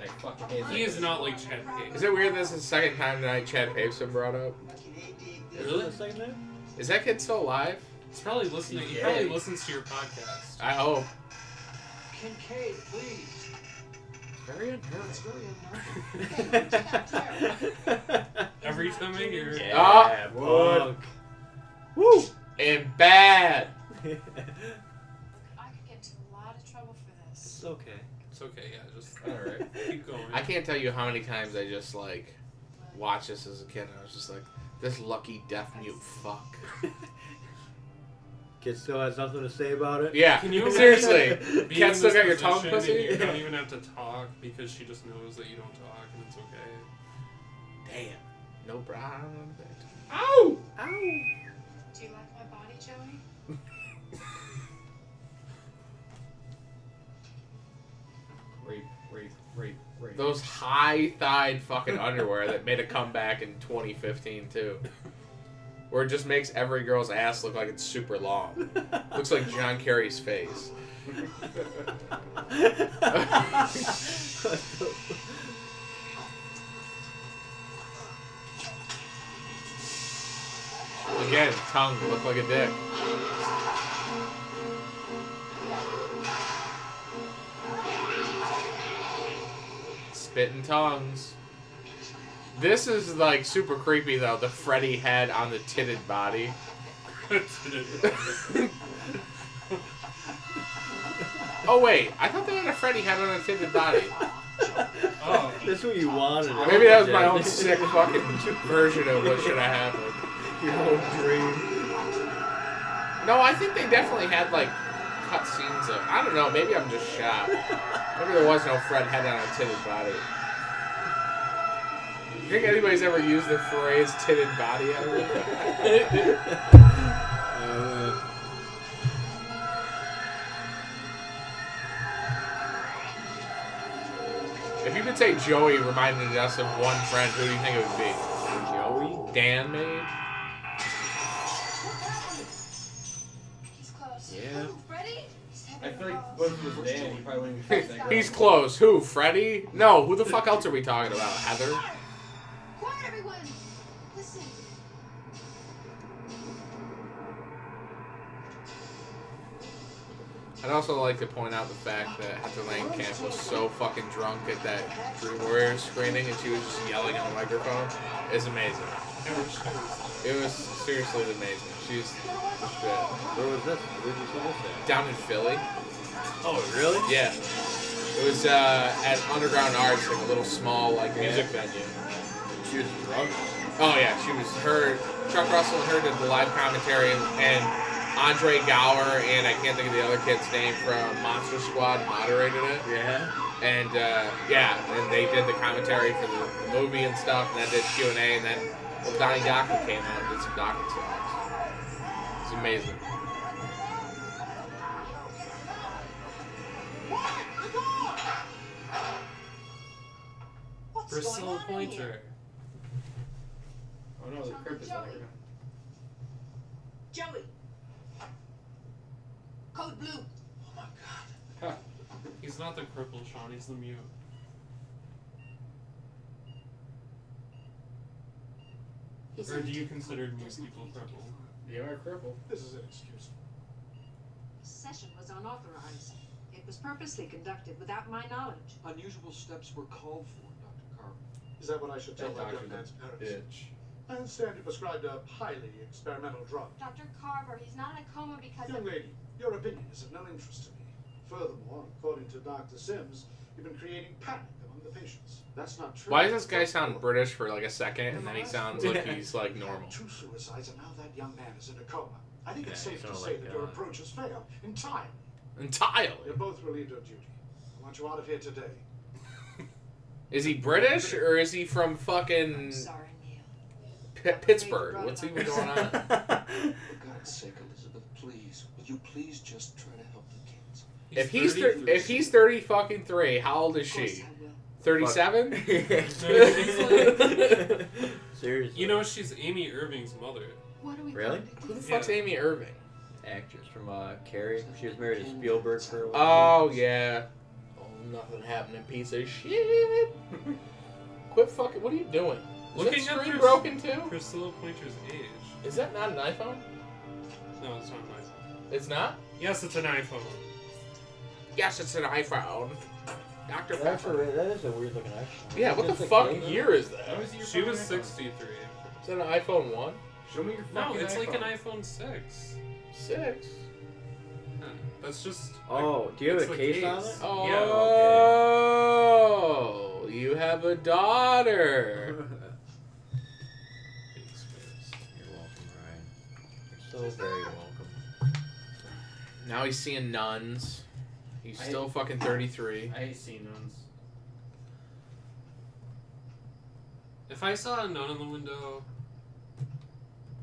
Like fucking. hates
He
it.
is not like Chad Page.
Is it weird this is the second time tonight Chad Pape's been brought up?
Really?
Is that the segment?
Is that kid still alive?
He's probably listening. He
Yeah.
probably listens to your podcast.
I hope.
Kincaid, please.
Very unnerving.
It's really unnerving.
Every time I hear it.
Yeah,
Ah, wood. Woo! And bad.
punk.
I could get into a lot of trouble for this.
it's okay.
It's okay, yeah, just
Alright.
keep going.
I can't tell you how many times I just like watched this as a kid and I was just like, this lucky deaf mute fuck.
Kid still has nothing to say about it.
Yeah,
Can you imagine
seriously.
Being in
Cat still
this
got your tongue
position and You
pussy?
don't even have to talk because she just knows that you don't talk and it's okay.
Damn. No problem.
Ow!
Do you like my body, Joey?
Rape, rape, rape, rape.
Those high thighed fucking underwear that made a comeback in 2015 too. Where it just makes every girl's ass look like it's super long. Looks like John Kerry's face. Again, tongue look like a dick. Spitting tongues. This is like super creepy though, the Freddy head on the titted body. Oh wait, I thought they had a Freddy head on a titted body.
oh,
That's what you wanted.
Maybe that was my
Jack.
own sick fucking version of what should have happened.
Your whole dream.
No, I think they definitely had like cut scenes of. I don't know. Maybe I'm just shot. Maybe there was no Fred head on a titted body. You think anybody's ever used the phrase "titted body" ever? if you could say Joey reminded us of one friend, who do you think it would be?
Joey.
Dan, maybe.
He's close.
Yeah.
Ready?
I feel like what if it was Dan? He probably wouldn't even think that.
He's close. Who? Freddy? No. Who the fuck else are we talking about? Heather?
Quiet, everyone. Listen.
I'd also like to point out the fact that Heather Langenkamp was so fucking drunk at that Dream Warriors screening, and she was just yelling on the microphone. It's amazing. It was, it was seriously amazing. She's the shit.
Where was this? Where did you see this at?
Down in Philly.
Oh, really?
Yeah. It was uh, at Underground Arts, like a little small like music venue.
She was drunk.
Oh yeah, she was her. Chuck Russell and her did the live commentary, and, and Andre Gower and I can't think of the other kid's name from Monster Squad moderated it.
Yeah.
And uh, yeah, and they did the commentary for the, the movie and stuff, and then did Q and A, and then well, Donnie Dokken came out and did some Dokken songs. It's amazing.
Bristol Pointer.
Oh no, the crypt is underground.
Joey. Code blue.
Oh my god. he's not the cripple, Sean, he's the mute.
He's
or
not
do you
crippled.
consider mute
There's
people
nothing he can
cripple?
They are crippled.
This is an excuse.
This session was unauthorized. It was purposely conducted without my knowledge.
Unusual steps were called for, Dr. Carver. Is that what I should tell
That
my young man's
doctor's a
parents?
bitch.
I understand you prescribed a highly experimental drug.
Dr. Carver, he's not in a coma because
Young
of.
lady, your opinion is of no interest to me. Furthermore, according to Dr. Sims, you've been creating panic among the patients. That's not true.
Why does this guy sound British for like a second, and then he sounds like he's like normal?
Two suicides, and now that young man is in a coma. I think it's
Yeah,
safe
so,
to say
like,
that your
uh,
approach has failed entirely.
Entirely.
You're both relieved of duty. I want you out of here today.
Is he British or is he from fucking
Sorry, Neil.
P- Pittsburgh? What's even going
uh,
on?
For God's sake, Elizabeth, please, will you please just try to help the kids?
If he's thir- if he's thirty fucking three, how old is she? Thirty seven.
Seriously.
You know she's Amy Irving's mother.
What are we
Really?
going to
Who the
do?
fuck's Amy Irving?
Actress from uh, Carrie. She was married to Spielberg for a while.
Oh yeah. Oh, nothing happening, piece of shit. Quit fucking. What are you doing? Is
Looking
that
at
screen
Chris-
broken too?
Priscilla Pointer's age.
Is that not an iPhone?
No, it's not my.
It's not.
Yes, it's an iPhone.
Yes, it's an iPhone. Doctor
That's
Pepper.
a- that is a weird looking iPhone.
Yeah. What the
It's a
fuck
cake.
year is that?
She was 63.
Is that an iPhone one?
Show me your
No,
fucking
it's like an
iPhone.
iPhone 6.
Six.
Huh. That's just.
Oh, do you have
It's
a
the
case on
case.
it?
Oh,
Yeah,
you have a daughter.
You're welcome, Ryan. You're so very welcome.
now he's seeing nuns. He's
I-
still fucking 33.
I ain't seen nuns.
If I saw a nun in the window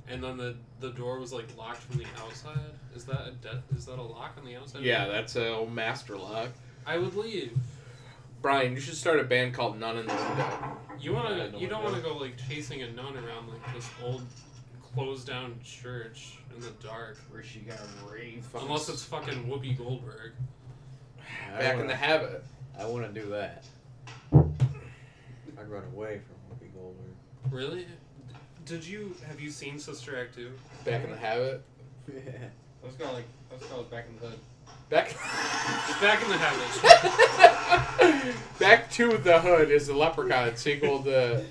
and then the, the door was like locked from the outside, is that a de- is that a lock on the outside?
Yeah, that's a old master lock.
I would leave.
Brian, you should start a band called Nun in the Window.
You wanna
Yeah, no
you don't
window.
wanna go like chasing a nun around like this old closed down church in the dark.
Where she got raped.
Fucking
Unless it's fucking Whoopi Goldberg.
I
back in
wanna-
the habit.
I want to do that. I'd run away from Whoopi Goldberg.
Really? Did you have you seen Sister Act 2?
Back in the habit.
Yeah.
Let's go like let's go back in the hood.
Back.
Back in the habit.
back to the Hood is the Leprechaun sequel to.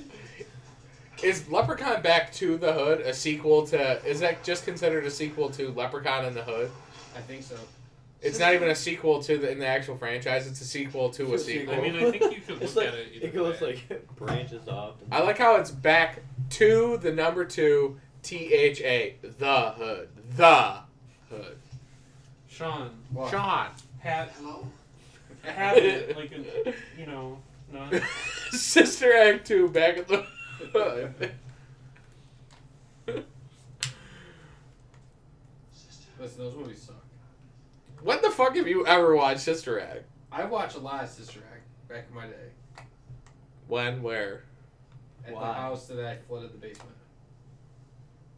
Is Leprechaun Back to the Hood a sequel to? Is that just considered a sequel to Leprechaun in the Hood?
I think so.
It's not even a sequel to the in the actual franchise. It's a sequel to a
It's a
sequel.
I mean, I think you could
It's
look
like-
at it either
It goes
way.
like branches off. and-
I like how it's back to the number two T H A the Hood the Hood.
Sean,
What?
Sean.
hat
Hello?
habit like a you know, nun.
Sister Act 2 back at the hood.
Sister,
Listen, those movies suck.
What the fuck have you ever watched Sister Act?
I watched a lot of Sister Act back in my day.
When? Where?
At
Why?
the house that I flooded the basement.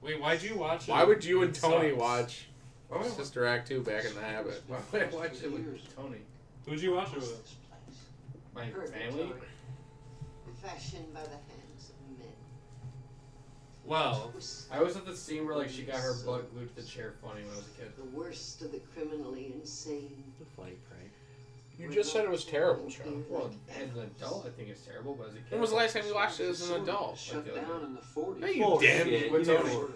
Wait, why'd you watch it?
Why would you and
It
Tony
sucks.
watch
Why would, I,
Sister Act 2 back in the habit?
why would I watch it with Tony?
Who'd you watch it
what's
with?
this place?
My
Purgatory,
family?
Fashioned by the hands of men.
Well,
I always thought the scene where like she got her butt glued to the chair funny when I was a kid.
The worst of the criminally insane.
The funny prank.
You just said it was terrible, Sean.
Well, as an adult, I think it's terrible, but as a kid,
When was the last time you watched it as an adult?
Shut
uh,
down in the 40s.
No, you didn't.
What's
You
over?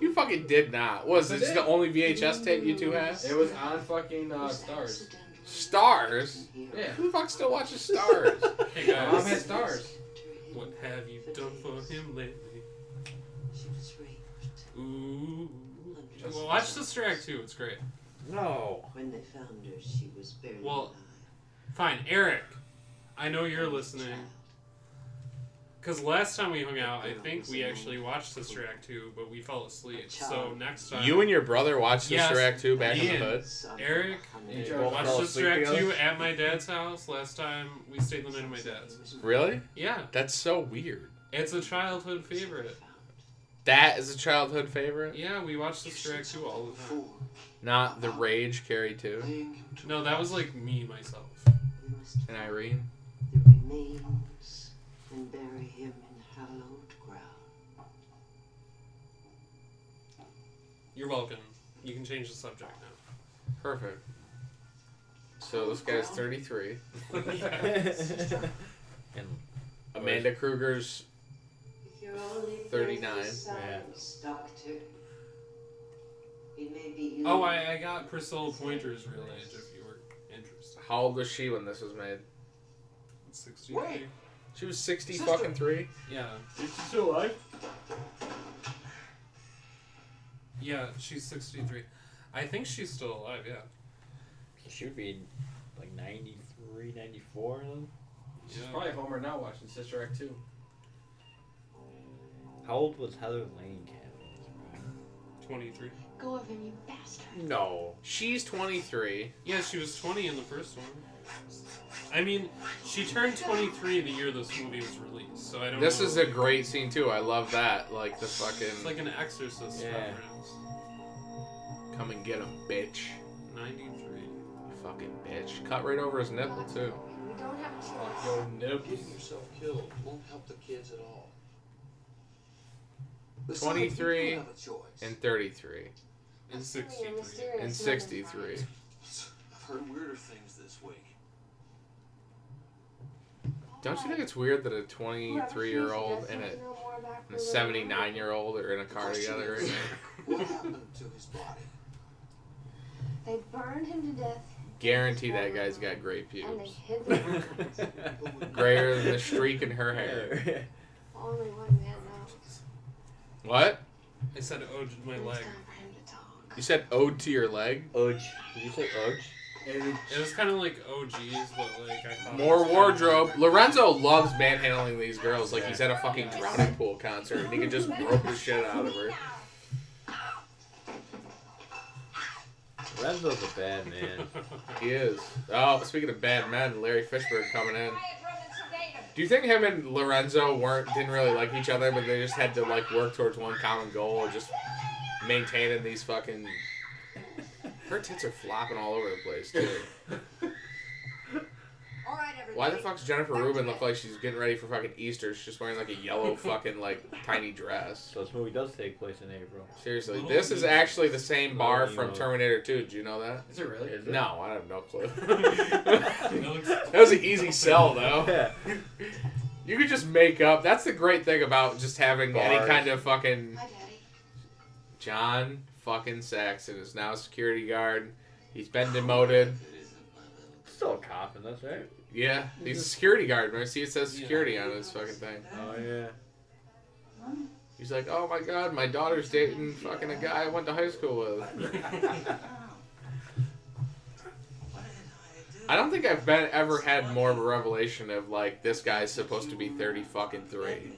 You fucking did not.
Yes,
Was
I
this
did.
the only VHS tape you two have?
It was on fucking uh, stars.
Stars.
Yeah,
Who the fuck still watches Stars?
hey
my mom had
guys,
stars.
what have you done for him lately?
She was raped.
Ooh. Well, watch the Strike too. It's great.
No.
When they found her, she was buried.
Well, fine, Eric. I know you're listening. Because last time we hung out, I think we actually watched Sister Act 2, but we fell asleep. So next time.
You and your brother watched
Yes,
Sister Act 2 back in the
Ian,
hood?
Eric
And
both
watched
fell
Sister
asleep
Act 2
together?
at my dad's house. Last time we stayed the night at my dad's.
Really?
Yeah,
That's so weird.
it's a childhood favorite.
That is a childhood favorite?
Yeah, we watched Sister Act 2 all the time.
Not The Rage, Carrie 2,
No, that was like me, myself.
and Irene?
the remains and bury him in hallowed ground.
You're welcome. You can change the subject now.
Perfect. So this guy's 33.
And
Amanda Kruger's
If you're only
39.
Science, Doctor. It may be you.
Oh, I, I got Priscilla Pointer's real age if you were interested.
How old was she when this was made?
63.
Wait.
She was 60
Sister.
fucking 3?
Yeah.
Is she still alive?
Yeah, she's 63. I think she's still alive, yeah.
She would be like 93, 94 then?
She's
Yeah.
probably home right now watching Sister Act two.
How old was Heather Lane Cavill?
23.
Go of him, you bastard.
No. She's 23.
Yeah, she was 20 in the first one. I mean, she turned 23 the year this movie was released, so I don't
This
know.
is a great scene too. I love that. Like the
It's
fucking
like an exorcist
Yeah.
reference.
come and get him, bitch.
93.
You fucking bitch. Cut right over his nipple too.
We don't have a
Fuck
choice.
your nipples.
Getting yourself killed won't help the kids at all. Besides, you
23
don't have a choice.
And 33.
And 63.
And 63.
I've heard weirder things this week.
Don't you think it's weird that a 23 year old and a, and a 79 year old are in a car together right now?
What happened to his body?
They burned him to death
Guarantee that guy's got gray
and they
pubes.
hid them.
Grayer than the streak in her hair.
Only one man knows.
What?
I said, oh, did my
And It's
leg.
time for him to talk.
You said ode to your leg?
Oj. Did you say Oj?
And
It was kind of like OGs, but like I thought. it was
More
kinda
wardrobe.
like-
Lorenzo loves manhandling these girls like he's at a fucking drowning pool concert and he can just rope the shit out of her.
Renzo's a bad man.
He is. Oh, speaking of bad men, Larry Fishburne coming in.
Quiet room and sedative.
Do you think him and Lorenzo weren't didn't really like each other, but they just had to like work towards one common goal of just maintaining these fucking. Her tits are flopping all over the place too.
All right, everybody.
Why the fuck's Jennifer Rubin look like she's getting ready for fucking Easter? She's just wearing like a yellow fucking like tiny dress.
So this movie does take place in April.
Seriously, this is actually the same bar from Terminator 2. Did you know that?
Is it really?
No, I have no clue.
It
that
looks-
was an easy sell, though.
Yeah.
You could just make up. That's the great thing about just having any
Bars.
kind of fucking.
My daddy.
John fucking Saxon is now a security guard. He's been demoted.
Still a cop, and that's right.
Yeah, he's a security guard. Right? See, it says security on his fucking thing.
Oh yeah.
He's like, oh my god, my daughter's dating fucking a guy I went to high school with. I don't think I've been ever had more of a revelation of like this guy's supposed to be thirty fucking three.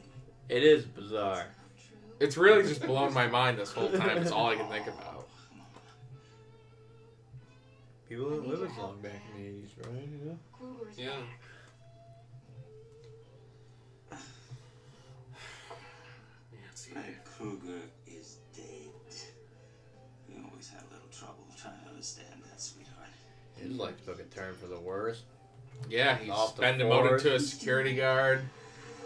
It is bizarre.
It's really just blown my mind this whole time. It's all I can think about.
People didn't live as long back in the eighties, right? Yeah.
Kruger's
Yeah.
back.
Nancy.
Kruger is dead. We always had a little trouble trying to understand that, sweetheart.
His life took a turn for the worse.
Yeah, he's
Off the
been demoted
board.
to a security guard.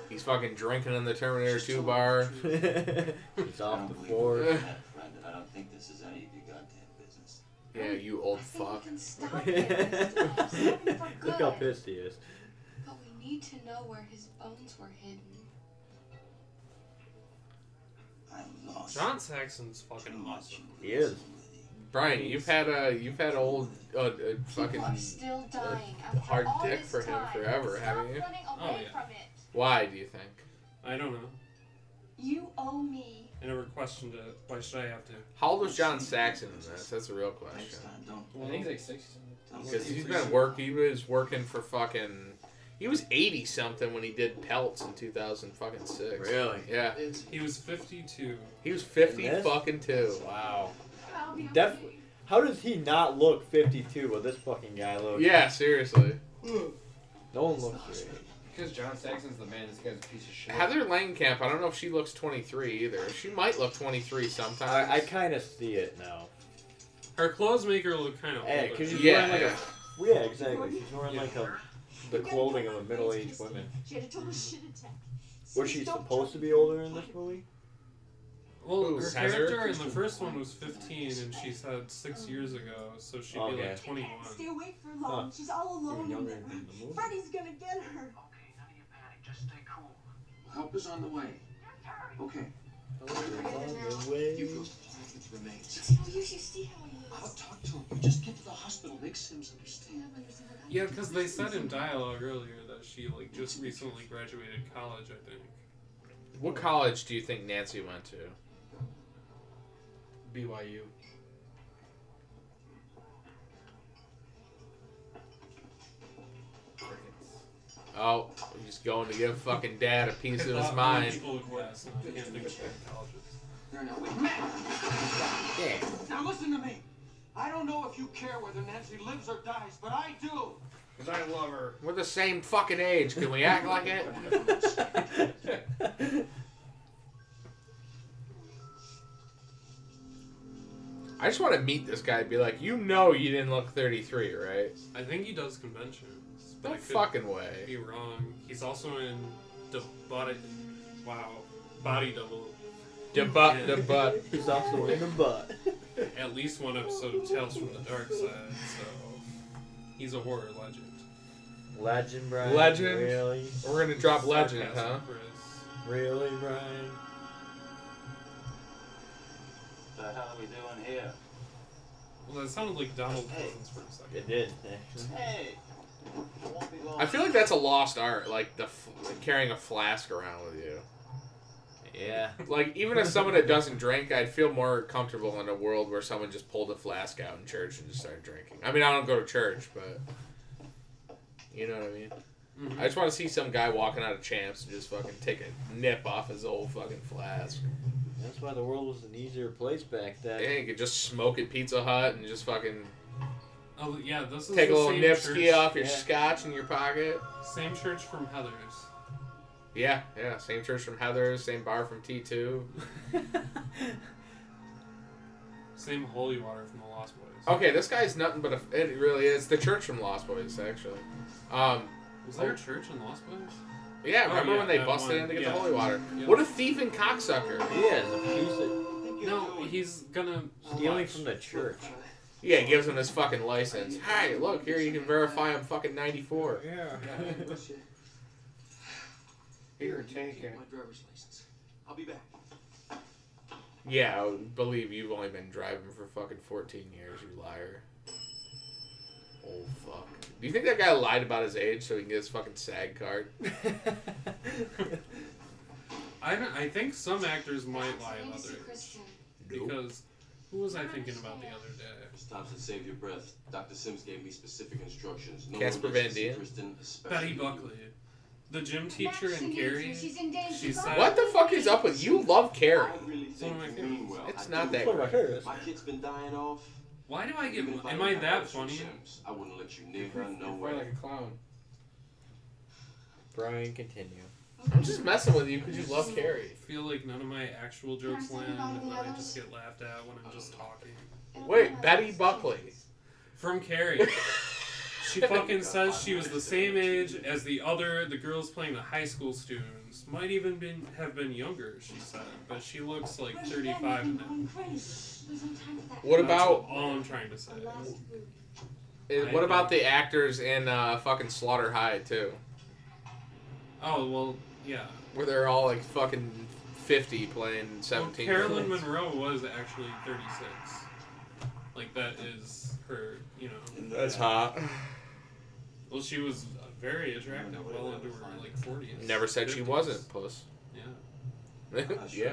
He's fucking drinking in the Terminator 2 bar.
He's off the floor.
Friend, I don't think this is any of your goddamn business.
Yeah, you old fuck.
Look how pissed he is.
But we need to know where his bones were hidden.
I'm lost.
John Saxon's fucking awesome.
He is.
Brian, you've had a you've had old uh, uh, fucking
People are still dying after
hard
all
dick
this
for him
time.
forever,
Stop
haven't you?
running
Oh,
away
yeah.
from it.
Why do you think?
I don't know.
You owe me.
I never questioned it. Why should I have to?
How old was John Saxon in this? That's a real question.
Time, don't.
I think he's like 60.
Because he's been work. He was working for fucking. He was eighty something when he did pelts in two thousand fucking six.
Really?
Yeah.
He was 52.
He was fifty
In this?
fucking two.
Wow.
I'll be
Def-
okay.
How does he not look 52 while this fucking guy looks?
Yeah, seriously.
Hmm. No one looks great.
Because John Saxon's the man. This guy's a piece of shit.
Heather Langkamp, I don't know if she looks twenty three either. She might look twenty three sometimes.
I, I kind of see it now.
Her clothes make her look kind of
Yeah,
old.
because she's
Yeah.
wearing like a. Yeah, exactly. She's wearing like a, the clothing of a middle aged woman.
She had a total shit attack.
Was Hmm. she supposed to be older in this movie?
Well,
Who,
her
Heather?
character in the first one was 15, and she said six years ago, so she'd be
Okay.
like 21.
Stay awake for long.
Huh.
She's all alone in
Younger
there.
than the movie.
Freddy's gonna get her.
Okay, none of you panic. Just stay cool.
Help is on the way. Okay. You go find his remains.
It's no use. You see how he
I'll
is.
talk to him. You just get to the hospital. Make Sims understand.
Yeah, because they said in dialogue earlier that she like just recently graduated college, I think.
What college do you think Nancy went to?
BYU.
Oh, he's going to give fucking dad a piece of his
Not many
mind.
People who ask, and I can't think of colleges.
There now. Wait, Matt.
Yeah.
Now listen to me. I don't know if you care whether Nancy lives or dies, but I do.
Because I love her.
We're the same fucking age. Can we act like it? I just want to meet this guy and be like, you know, you didn't look 33, right?
I think he does conventions, but
No
I could
fucking way.
be wrong. He's also in the body. Wow, body double.
The butt, the butt.
He's also in the butt.
At least one episode of Tales from the Dark Side, so he's a horror legend.
Legend, Brian.
Legend.
Really?
We're gonna drop legend, huh?
Sarcasm, Chris.
Really, Brian?
What the hell are we doing here?
Well, that sounded like Donald Pleasance for a second.
It did. actually.
Hey! It won't be long.
I feel like that's a lost art, like the f- carrying a flask around with you.
Yeah.
Like even as someone that doesn't drink, I'd feel more comfortable in a world where someone just pulled a flask out in church and just started drinking. I mean, I don't go to church, but you know what I mean.
Mhm.
I just want to see some guy walking out of champs and just fucking take a nip off his old fucking flask.
That's why the world was an easier place back then.
Yeah, you could just smoke at Pizza Hut and just fucking
Oh yeah, this is
take a
the
little
same
nipski
church,
off your
Yeah.
scotch in your pocket.
Same church from Heather's.
Yeah, yeah. Same church from Heather's, same bar from T two.
Same holy water from the Lost Boys.
Okay, this guy's nothing but a. It really is the church from Lost Boys, actually. Um,
Was there a church in Lost Boys?
yeah,
Oh,
remember
yeah,
when they
that
busted
one,
in to get
yeah.
the holy water?
Yeah.
What a thief and cocksucker!
He is a piece of
No, he's gonna
stealing
watch.
from the church.
Yeah, he gives him his fucking license. Hey, look here, you can verify I'm fucking 94.
Yeah.
Here, take it.
My driver's license. I'll be back.
Yeah, I would believe you've only been driving for fucking 14 years, you liar. Oh fuck! Do you think that guy lied about his age so he can get his fucking SAG card?
I don't- I think some actors might lie
Nancy
about their age
Kristen.
because who was I thinking about the other day?
Miss Thompson, save your breath. Dr. Sims gave me specific instructions. No
Casper
one gets
Van
to see
Dien?
Kristen, especially
Betty
you.
Buckley, the gym teacher
Max, she
and
needs
Gary.
you. She's in danger.
she
Go.
said-
What the fuck is up with you? Love
I
Carrie.
really
One of my
think you mean well.
It's
I
not
do.
that
Well, I heard it.
My kid's been dying off.
Why do I get?
Even if
Am
don't
I
have
that
Mr.
funny?
Sims, I wouldn't let you near
You're
her, no
probably like
way.
a clown.
Brian, continue.
I'm just messing with you because you love Carrie.
I feel like none of my actual jokes
Can I say
land,
goodbye to
and
the
then I
others?
just get laughed at when I'm just talking.
It'll
Wait,
come out
Betty
as
Buckley.
kids.
From Carrie, She fucking says she was the same age as the other the girls playing the high school students. Might even been have been younger, she said, but she looks like thirty five now.
What
That's
about-
all I'm trying to say?
Eh, What about the actors in uh, fucking Slaughter High too?
Oh well, yeah.
Where they're all like fucking fifty playing seventeen.
Carolyn Monroe was actually thirty six. Like that is her, you know.
That's hot.
Well, she was very attractive, well into her like forties.
Never said she wasn't, puss.
Yeah.
yeah.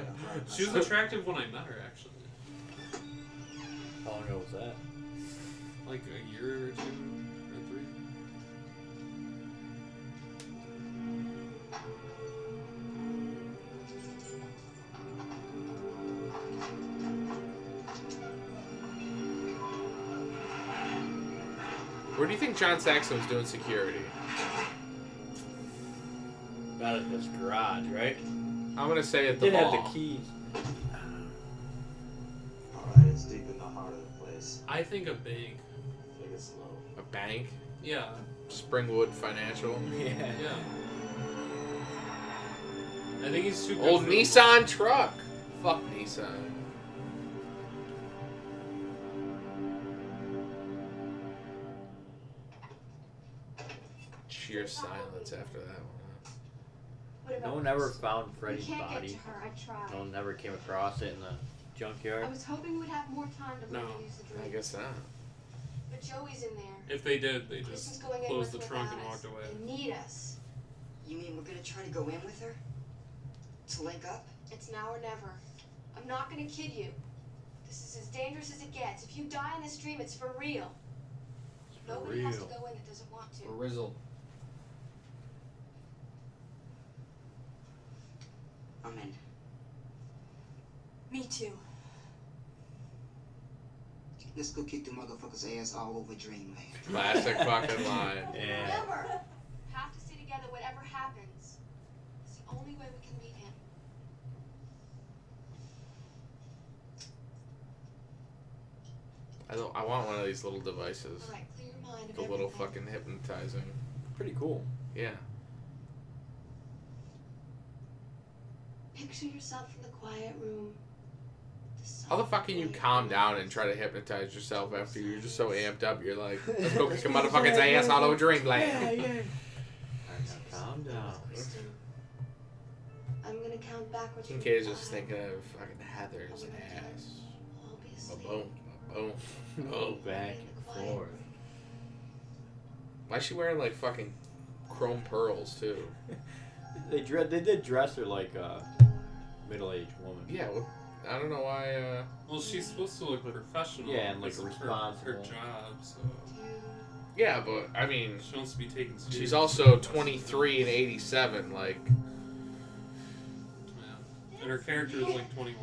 She was attractive when I met her, actually.
How long ago was that?
Like a year or two or three.
Where do you think John Saxon was doing security?
Not at this garage, right?
I'm gonna say at the
It had
mall.
the keys.
Alright, it's deep in the heart of the place.
I think a bank.
I think it's low.
A bank.
Yeah.
Springwood Financial.
Yeah.
Yeah. I think he's too good
Old
for-
Nissan truck. Fuck Nissan. Sheer silence after that one.
What about
No one
this?
ever found
we
Freddy's
can't get
body.
to her. I tried.
No one ever came across it in the junkyard.
I was hoping we'd have more time to
No.
learn to use the
I
drink.
guess not.
But Joey's in there.
If they did, they
This is
just
going
closed the
anywhere
trunk and
without us.
walked away.
They need us.
You mean we're gonna try to go in with her? To link up?
It's now or never. I'm not gonna kid you. This is as dangerous as it gets. If you die in this dream, it's for real.
for
Nobody has to
real.
go in that doesn't want to.
Rizzle.
I'm in.
Me too.
Let's go kick the motherfucker's ass all over Dreamland.
Classic fucking line.
Yeah.
Remember, we have to stay together whatever happens. It's the only way we can meet him.
I don't. I want one of these little devices.
All right, clear your mind of
The little
everything.
fucking hypnotizing.
Pretty cool.
Yeah.
Picture yourself in the quiet room.
How the fuck can you calm down and try to hypnotize yourself after you're just so amped up? You're like, let's go kick a motherfucker's ass all over Dreamland.
Yeah, yeah. Alright, now calm down.
Kristen, I'm gonna count backwards. from
Kincaid's
five.
just thinking of fucking Heather's ass.
We'll all be asleep.
Boom, boom,
Go
boom.
back and forth.
Why's she wearing like fucking chrome pearls too?
They dre- they did dress her like a middle-aged woman.
Yeah, well, I don't know why. uh...
Well, she's supposed to look professional.
Yeah, and, like,
because of her- Her,
responsible.
job, so
Yeah, but I mean,
she wants to be taken seriously.
she's also 23 and 87. Like
Yeah. And her character is like 21.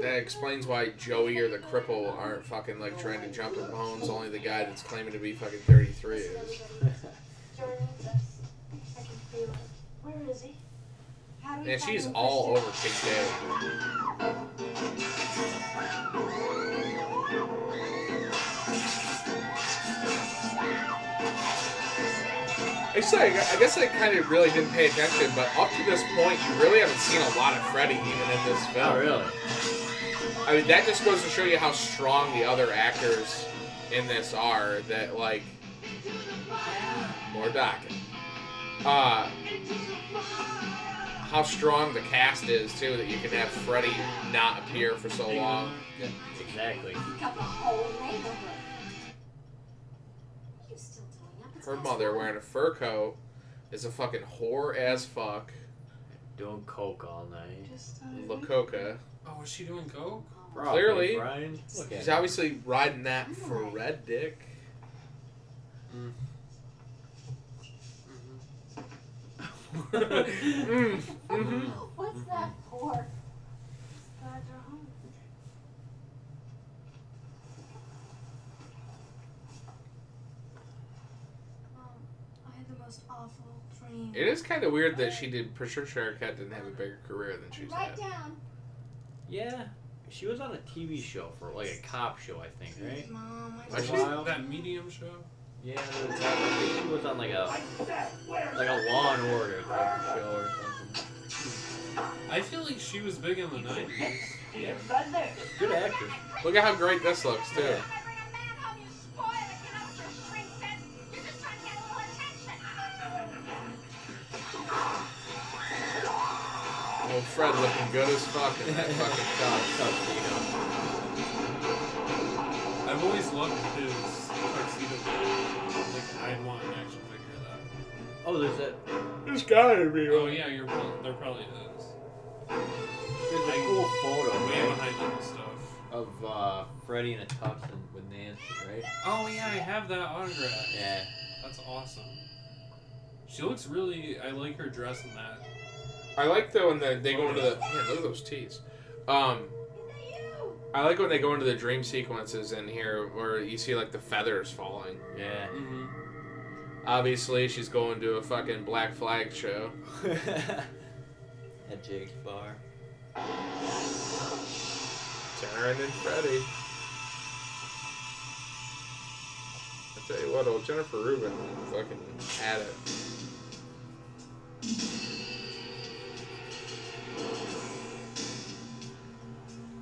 that explains why Joey or the cripple aren't fucking like trying to jump in bones. Only the guy that's claiming to be fucking 33 is.
I can feel it. Where is he?
How do we
And
find
she's
him,
all
Kristen?
over Kincaid. Actually, I gu- I guess I kind of really didn't pay attention, but up to this point, you really haven't seen a lot of Freddy even in this film.
Oh, really?
I mean, that just goes to show you how strong the other actors in this are. That like more docking. Uh, how strong the cast is too that you can have Freddy not appear for so long.
Exactly.
Pick up a whole neighborhood. What are you still doing up? It's
Her
past
mother
one.
wearing a fur coat is a fucking whore as fuck.
Doing coke all night.
Just, uh,
Mm-hmm.
La Coca.
Oh, was she doing coke?
Probably,
Clearly.
Brian. Look at
She's
her.
obviously riding that for red dick. Mm.
Mm-hmm.
Mhm.
What's that for? Glad you're home.
Um, I had the most awful dream.
It is kind of weird that she did. Patricia Arquette didn't have a bigger career than she's
Write
had.
down.
Yeah. She was on a TV show for like a cop show, I think, right?
Mom, I
Was
For
she?
a while.
That medium show?
Yeah, there was, I think it was on like a like a Law and Order type of show or something.
I feel like she was big in the nineties.
Yeah.
Good actress.
Look at how great this looks too. Old Fred looking good as fuck in that fucking tuxedo.
I've always loved his tuxedo. Like I want an action figure of that.
Oh, there's that.
There's gotta be
Oh yeah, you're pro- there probably is.
There's a cool photo
Way
right,
behind all this stuff.
of uh, Freddie in a tux and with Nancy, right?
Oh yeah, I have that autograph.
Yeah.
That's awesome. She looks really. I like her dress in that.
I like though when the, they go into the man. Look at those tees. Um, I like when they go into the dream sequences in here, where you see like the feathers falling.
Yeah.
hmm
Obviously, she's going to a fucking Black Flag show.
At Jake's bar.
Taryn and Freddie. I tell you what, old Jennifer Rubin fucking had it.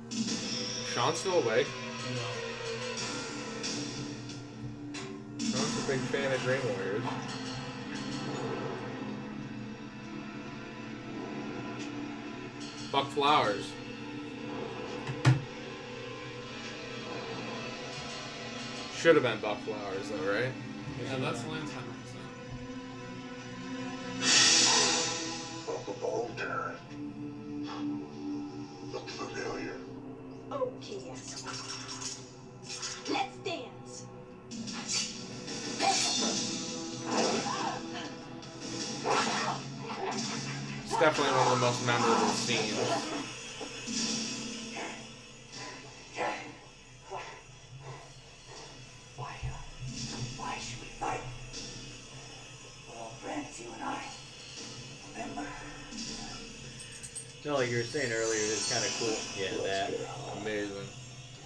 Sean's still awake. Sean's a big fan of Dream Warriors. Buck Flowers. Should have been Buck Flowers though, right?
Yeah, that's Lance Henriksen.
Older. Look familiar.
Okay, asshole. Let's dance.
It's definitely one of the most memorable scenes.
Why, uh, why should we fight? We're all friends, you and I. Remember?
No, like you were saying earlier, it's kind of cool. Yeah, that.
Amazing.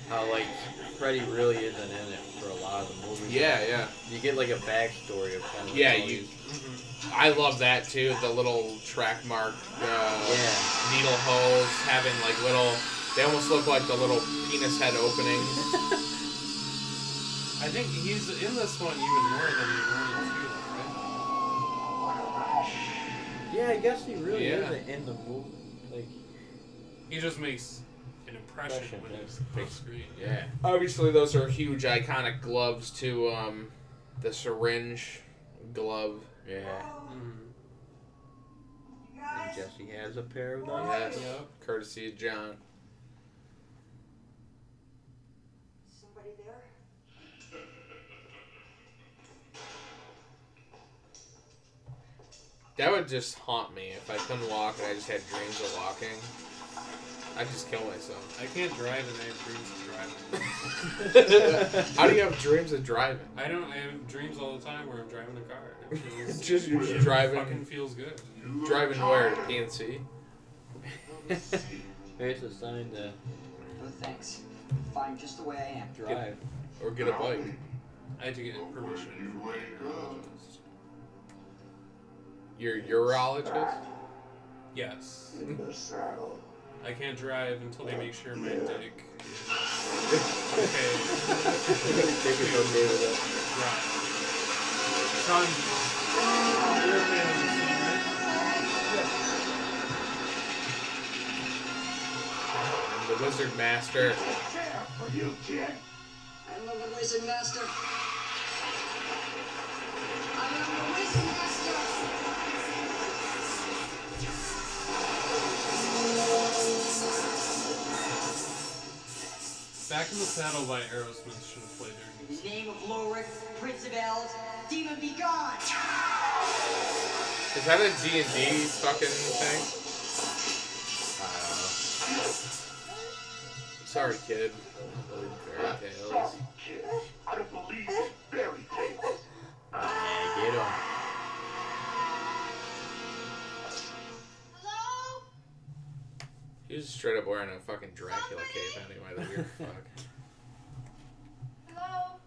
How like Freddie really isn't in it for a lot of the movies.
Yeah, yeah.
You get like a backstory of kind of.
Yeah,
how
you.
he's-
I love that too. The little track mark, uh,
Yeah.
needle holes having like little. They almost look like the little penis head openings.
I think he's in this one even more than he was in two,
Yeah, I guess he really
Yeah.
isn't in the movie. Like.
right? He just makes an impression,
Impression,
when
yeah.
he's on screen.
Yeah.
Obviously, those are huge iconic gloves to um, the syringe glove.
Yeah.
Mhm.
And Jesse has a pair of them.
Yes,
Yep.
courtesy of John.
Somebody there?
That would just haunt me if I couldn't walk and I just had dreams of walking. I'd just kill myself.
I can't drive and I have dreams of driving.
How do you have dreams of driving?
I don't. I have dreams all the time where I'm driving a car. It feels,
Just- you're just
it
driving.
Fucking feels good.
Driving where? To PNC?
Maybe it's a sign to
No thanks. Fine, just the way I am.
drive.
Or get a bike?
I had to get permission from my neurologist.
Your urologist?
Yes,
In the saddle.
I can't drive until they make sure my dick is okay.
Take it from David.
Right. Sean, you're a fan of the
The
scene,
wizard master.
You can't
I'm a wizard master. I am a wizard master.
right? Back in the Saddle by Aerosmith should have played their
In
music.
the name of Lorik, Prince of Elves, demon be gone.
Is that a D&D fucking thing? Sorry, kid. Fairy tales.
kid. I don't believe in fairy tales.
Yeah, get him.
Hello?
He was straight up wearing a fucking Dracula cape anyway, the weird fuck.
Hello?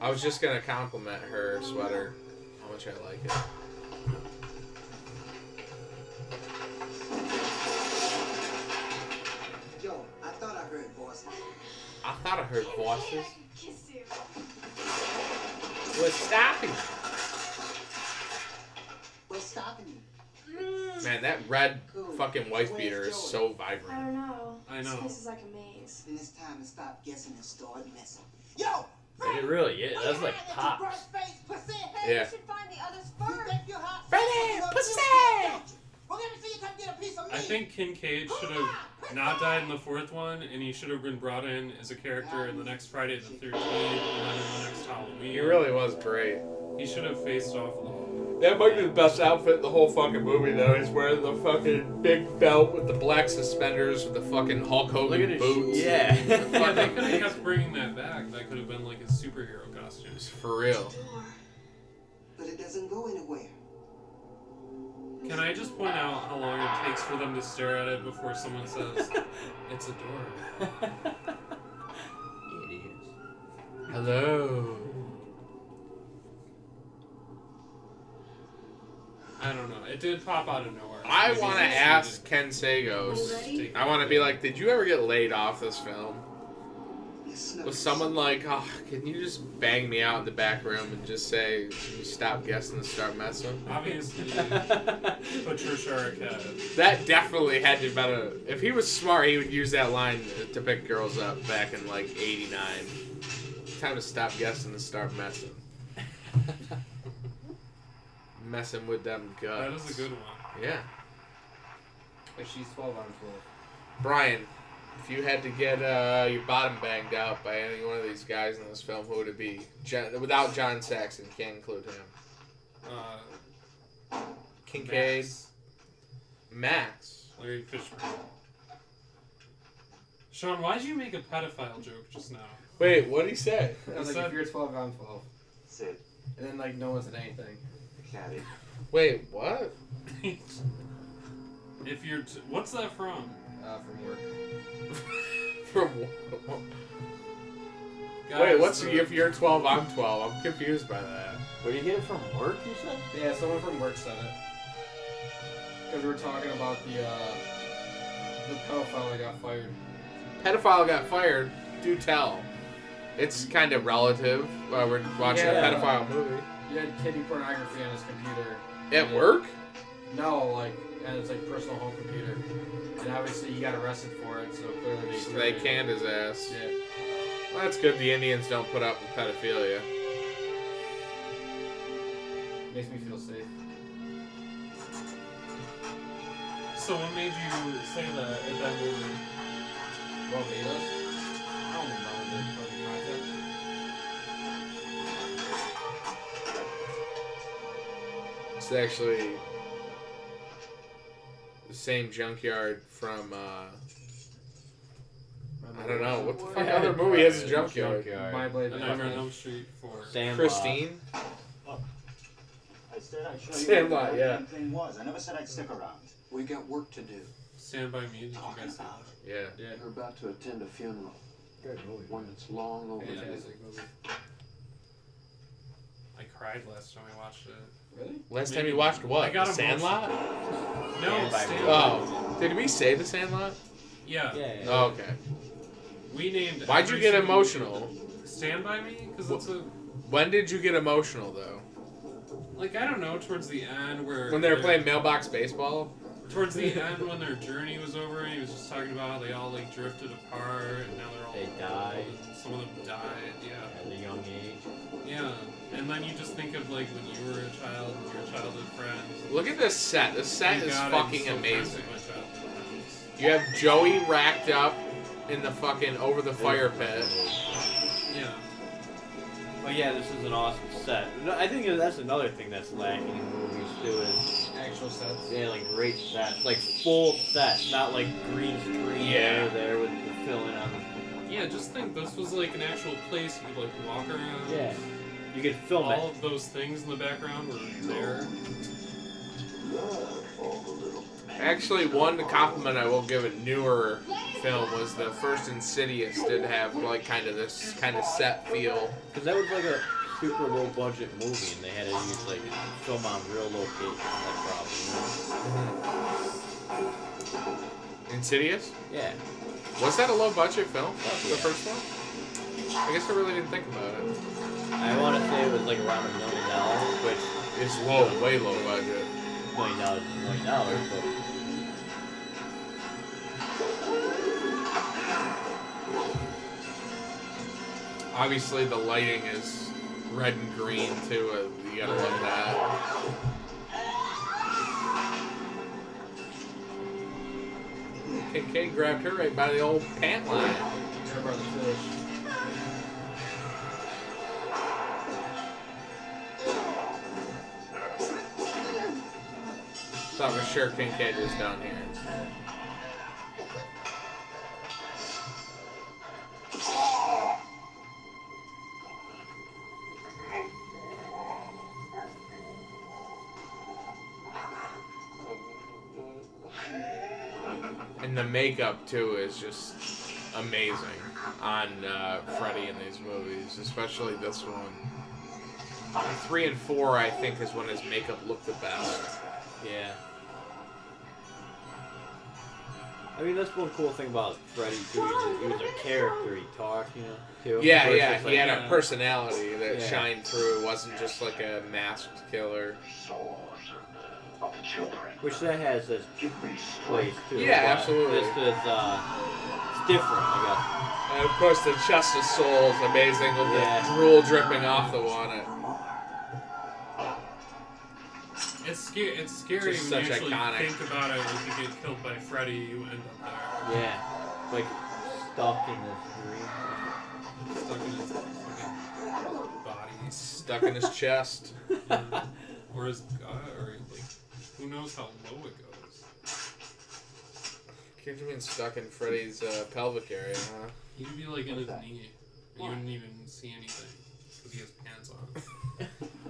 I was just gonna compliment her sweater, how much I like it.
Yo, I thought I heard voices.
I thought I heard voices.
Kiss you.
What's stopping?
What's stopping you?
you? Man, that red fucking wife beater is so
I
vibrant.
don't know.
I know.
This place is like a maze.
And it's time to stop guessing and start messing. Yo!
It really is. That's like pop.
Yeah.
Freddy, pussy! We're gonna see you come get a piece of meat.
I think Kincaid should have not died in the fourth one, and he should have been brought in as a character in the next Friday the 13th, and then in the next Halloween.
He really was great.
He should have faced off a little.
That might be the best outfit in the whole fucking movie, though. He's wearing the fucking big belt with the black suspenders with the fucking Hulk Hogan
Look at his-
boots.
yeah.
The
Yeah, they could have
fucking-
kept bringing that back. That could have been like his superhero costume.
for real.
But it doesn't go anywhere.
Can I just point out how long it takes for them to stare at it before someone says, it's a door?
Idiots.
Hello.
I don't know. It did pop out of nowhere.
I
Maybe
want to
they just
ask
needed
Ken Sagos.
Ready?
I want to be like, did you ever get laid off this film? Was someone like, oh, can you just bang me out in the back room and just say, "Can you stop guessing and start messing?
Obviously, Patricia Arquette.
That definitely had to be better. If he was smart, he would use that line to pick girls up back in like '89. Time to stop guessing and start messing. messing with them
That
guts.
is a good one.
Yeah.
But she's 12 on 12.
Brian, if you had to get uh, your bottom banged out by any one of these guys in this film, who would it be? John, without John Saxon, can't include him.
Uh,
Kincaid,
Max,
Max.
Larry Fishburne. Sean, why'd you make a pedophile joke just now?
Wait, what did he say?
I was
Is
like,
that-
if you're 12 on 12.
Sid,
And then, like, no one said anything.
Caddy.
Wait, what?
if you're, t- what's that from?
Uh, from work.
From
Guys,
wait, what's
the-
if you're 12, I'm 12. I'm confused by that.
Where do you get it from work, you said?
Yeah, someone from work said it. Because we were talking about the, uh, the pedophile that got fired.
Pedophile got fired. Do tell. It's kind of relative. Uh, we're watching
Yeah.
a pedophile movie
He had kiddie pornography on his computer.
at work.
No, like, and it's like personal home computer. And obviously, he got arrested for it, so clearly
So they
terminated
canned his ass.
him. Yeah.
Well, that's good. The Indians don't put up with pedophilia.
Makes me feel safe.
So what made you say that at that movie?
What made us? I don't know the fucking content.
It's actually the same junkyard from. Uh, I don't know what the fuck
Yeah.
other movie has a
Junkyard.
junkyard.
My blade.
A Nightmare on Elm Street for
Sandlot.
Christine.
I said I'd show you
Sandlot,
what the
yeah.
goddamn thing was. I never said I'd stick around.
We got work to do.
Stand by Me. Did you
Talking
guys see
about
that?
Yeah.
Yeah.
We're about to attend a funeral. One that's long overdue.
Fantastic movie.
I cried last time I watched it.
Really?
Last time
Maybe.
you watched what?
I got
the
emotional.
Sandlot.
No,
Stand by
Stand
Me.
Oh, did we say the Sandlot?
Yeah.
Yeah, yeah.
Oh, okay.
We named.
Why'd you
every
get
single-
emotional?
Stand by Me, because it's a
When did you get emotional though?
like I don't know towards the end where
When they were
their-
playing mailbox baseball?
towards the end when their journey was over and he was just talking about how they all like drifted apart and now they're all
They died.
Some of them died. Yeah.
At a young age.
Yeah. And then you just think of like when you were a child and your childhood friends.
Look at this set. This set
You
is
God, I'm
fucking
so friends
amazing.
with my childhood friends.
You have Joey racked up in the fucking over the fire pit.
Yeah.
But yeah, this is an awesome set. No, I think that's another thing that's lacking in movies too is
Actual sets.
they had like great sets, like full sets, not like green screen
Yeah.
here there with the filling on.
Yeah, just think this was like an actual place you could like walk around.
Yeah, you could film
All
it.
of those things in the background were there.
Love all the little
Actually, one compliment I will give a newer film was the first Insidious did have like kind of this kind of set feel.
Because that was like a super low budget movie, and they had to use like film on real location. That problem.
Insidious?
Yeah.
Was that a low budget film? The first one? I guess I really didn't think about it.
I want to say it was like around a million dollars, which
is low, way low budget.
Million dollars, is a million dollars, but
Obviously, the lighting is red and green too. Uh, you gotta love that. Kincaid grabbed her right by the old pant line.
Grab by the fish.
Thought for sure Kincaid was down here. And the makeup too is just amazing on uh, Freddy in these movies, especially this one. Three and four, I think, is when his makeup looked the best.
Yeah. I mean, that's one cool thing about Freddy too. He was, he was a character. He talked, you know. Too.
Yeah,
Versus,
yeah,
like,
he had
uh,
a personality that
Yeah.
shined through. It wasn't just like a masked killer.
Which that has its place too.
Yeah,
but
absolutely.
This is uh, it's different, I
And of course, the chest of souls, amazing with
Yeah.
the drool dripping off the water.
It's scary. It's scary
Just
when
such
you actually
iconic.
think about it. If you get killed by Freddy, you end up
guess. Yeah, like stuck in this dream.
there, stuck in his fucking body,
Stuck in his chest.
or his gut, or like, who knows how low it goes.
Can't you mean stuck in Freddy's uh, pelvic area, huh?
He'd be like in his knee, and you wouldn't even see anything because he has pants on.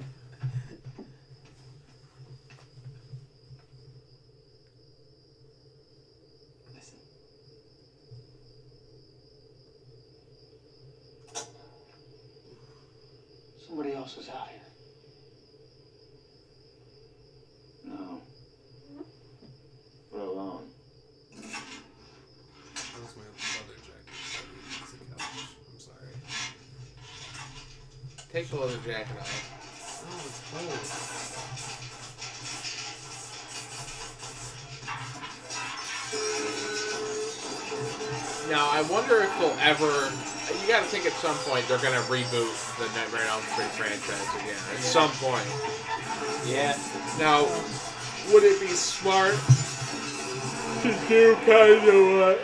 Listen. Somebody else is out here.
No. We're alone.
That was my leather jacket. so it was the couch. I'm sorry.
Take the leather jacket off.
Oh, it's cold.
Now, I wonder if they'll ever. You gotta think at some point they're gonna reboot the Nightmare on Elm Street franchise again. At some point.
Yeah.
Now, would it be smart to do kind of what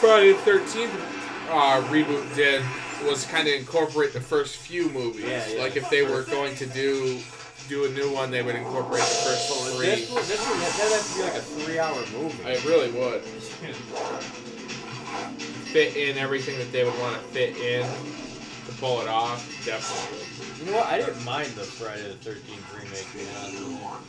Friday the 13th uh, reboot did? Was kind of incorporate the first few movies.
Yeah, yeah.
Like if they were going to do do a new one, they would incorporate the first three.
This would this would that would have to be like a three-hour movie.
I really would fit in everything that they would want to fit in to pull it off. Definitely.
You know what? I didn't mind the Friday the Thirteenth remake being on.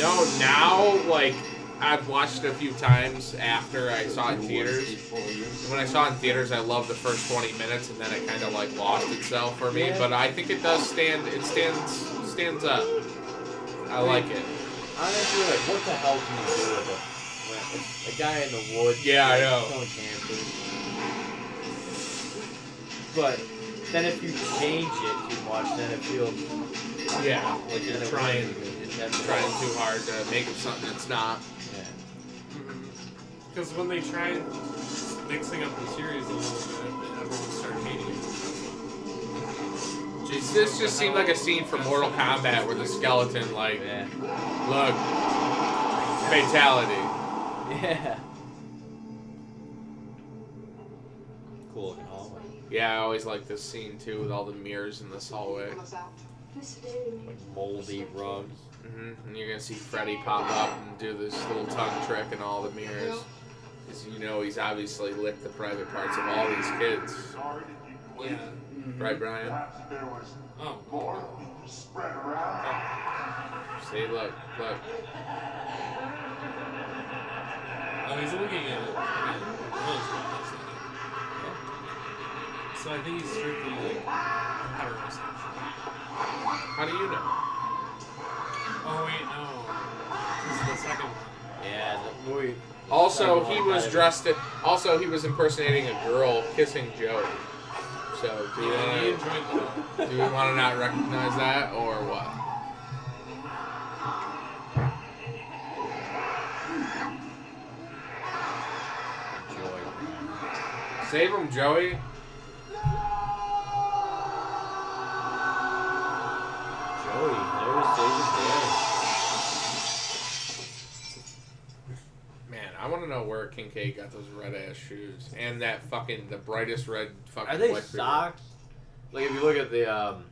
No, now like I've watched it a few times after I saw it in theaters. And When I saw it in theaters, I loved the first 20 minutes, and then it kind of like lost itself for me.
Yeah.
But I think it does stand. It stands stands up. I like it.
Honestly, like, what the hell can you do with a, with a guy in the woods?
Yeah, I
like,
know.
killing campers? But then if you change it too much, then it feels
Yeah,
like
you're
then it
trying
wouldn't be- it's never-
trying too hard to make it something it's not.
Yeah.
Because when they tried mixing up the series a little bit, everyone started hating it. Jason
This just seemed like a scene from Mortal Kombat where the skeleton like,
Yeah.
look, fatality.
Yeah. Cool looking hallway.
Yeah, I always like this scene too with all the mirrors in this hallway.
Like moldy rugs.
hmm And you're gonna see Freddy pop up and do this little tongue trick in all the mirrors. Because you know he's obviously licked the private parts of all these kids.
Sorry that you
Yeah.
Right, Brian?
Perhaps there was
Oh.
more spread around.
See, look, look.
Oh, he's looking at it. Again. Will's looking at it. So I think he's strictly like heterosexual.
How do you know?
Oh wait, no. This is the second one.
Yeah, the movie.
Also, he was dressed. In, also, he was impersonating a girl kissing Joey. So, do
Yeah, he
you
enjoyed that.
want do you want to not recognize that or what? Save him, Joey.
Joey, there was David
Man, I want to know where Kincaid got those red ass shoes and that fucking the brightest red
there.
fucking.
Are they
white people.
socks? Like if you look at the um,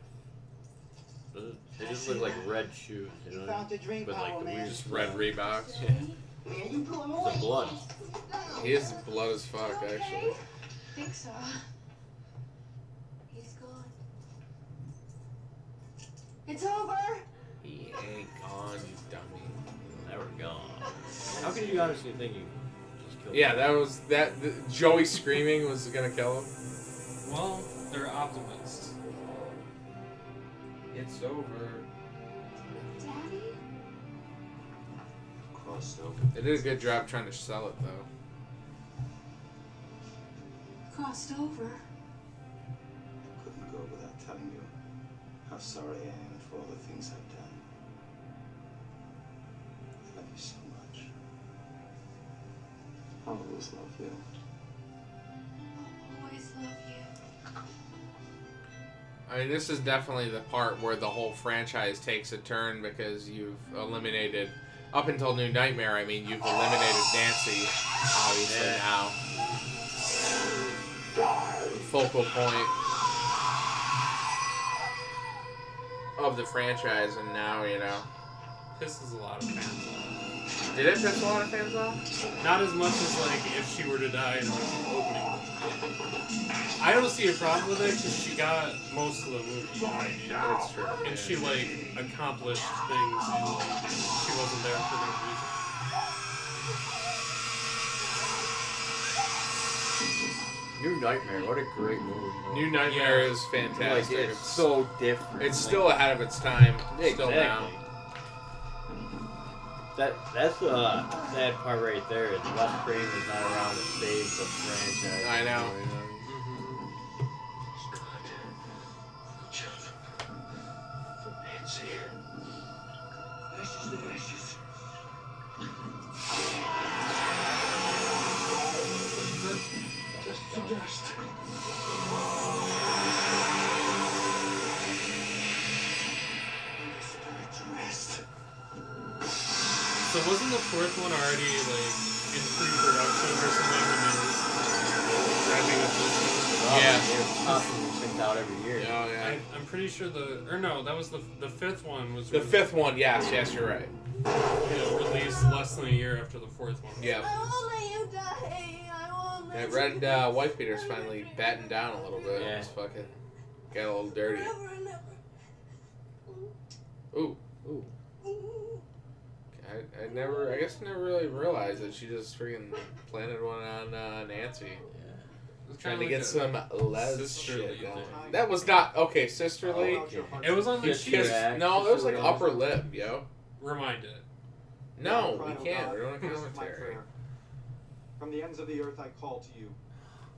they just look like red shoes, you know, what I mean? but like the weird
Just red Reeboks.
Yeah,
Man, you pulling
the blood.
He is blood as fuck, actually.
Think so. He's gone. It's over.
He ain't gone, you dummy.
They were gone. How could you honestly think you just killed?
Yeah, that was that. th Joey screaming was gonna kill him.
Well, they're optimists.
It's over.
Daddy?
Crossed over.
They did a good job trying to sell it though.
Crossed over.
Couldn't go without telling you how sorry I am for all the things I've done. I love you so much. I'll always love you.
Always love you.
I mean, this is definitely the part where the whole franchise takes a turn because you've eliminated, up until New Nightmare. I mean, you've eliminated Nancy, obviously
Yeah.
now. The focal point of the franchise, and now you know.
Pisses a lot of fans off.
Did it piss a lot of fans off?
Not as much as like if she were to die in the opening. I don't see a problem with it because she got most of the movie. right?
That's true.
And she like accomplished things and like, she wasn't there for no reason.
New Nightmare, what a great movie.
New Nightmare
Yeah.
is fantastic.
Like, it's so different.
It's
Like,
still ahead of its time. Still
Exactly.
now.
That that's the sad part right there. Is Wes Craven's not around to save the franchise.
I know.
You what I mean?
It's here. Ashes to ashes. Just to dust. And the spirit to rest.
So wasn't the fourth one already like in pre-production or something when they were grabbing a first
Well,
Yeah. Uh.
they were popping these things out every year.
Yeah,
one?
yeah.
I, I'm pretty sure the or no, that was the the fifth one was
The
re-
fifth one, yes, yes, you're right.
you know, released less than a year after the fourth one. was
Yeah.
released.
let you die. I won't
That red uh, wife beater's finally battened down a little bit.
Yeah.
It's fucking got a little dirty. Ooh, ooh. I, I never, I guess, I never really realized that she just freaking planted one on uh, Nancy,
It's
trying
kinda
to
like
get
a-
some les
sisterly
shit going.
thing. Oh,
That was not okay, sisterly.
It was on the
Just
cheese.
Kiss,
Yeah,
no, it was like
sisterly.
upper lip, yo.
Remind it.
No,
Cry,
we
O
can't.
God,
We don't have
hear my
commentary.
prayer. From the ends of the earth I call to you.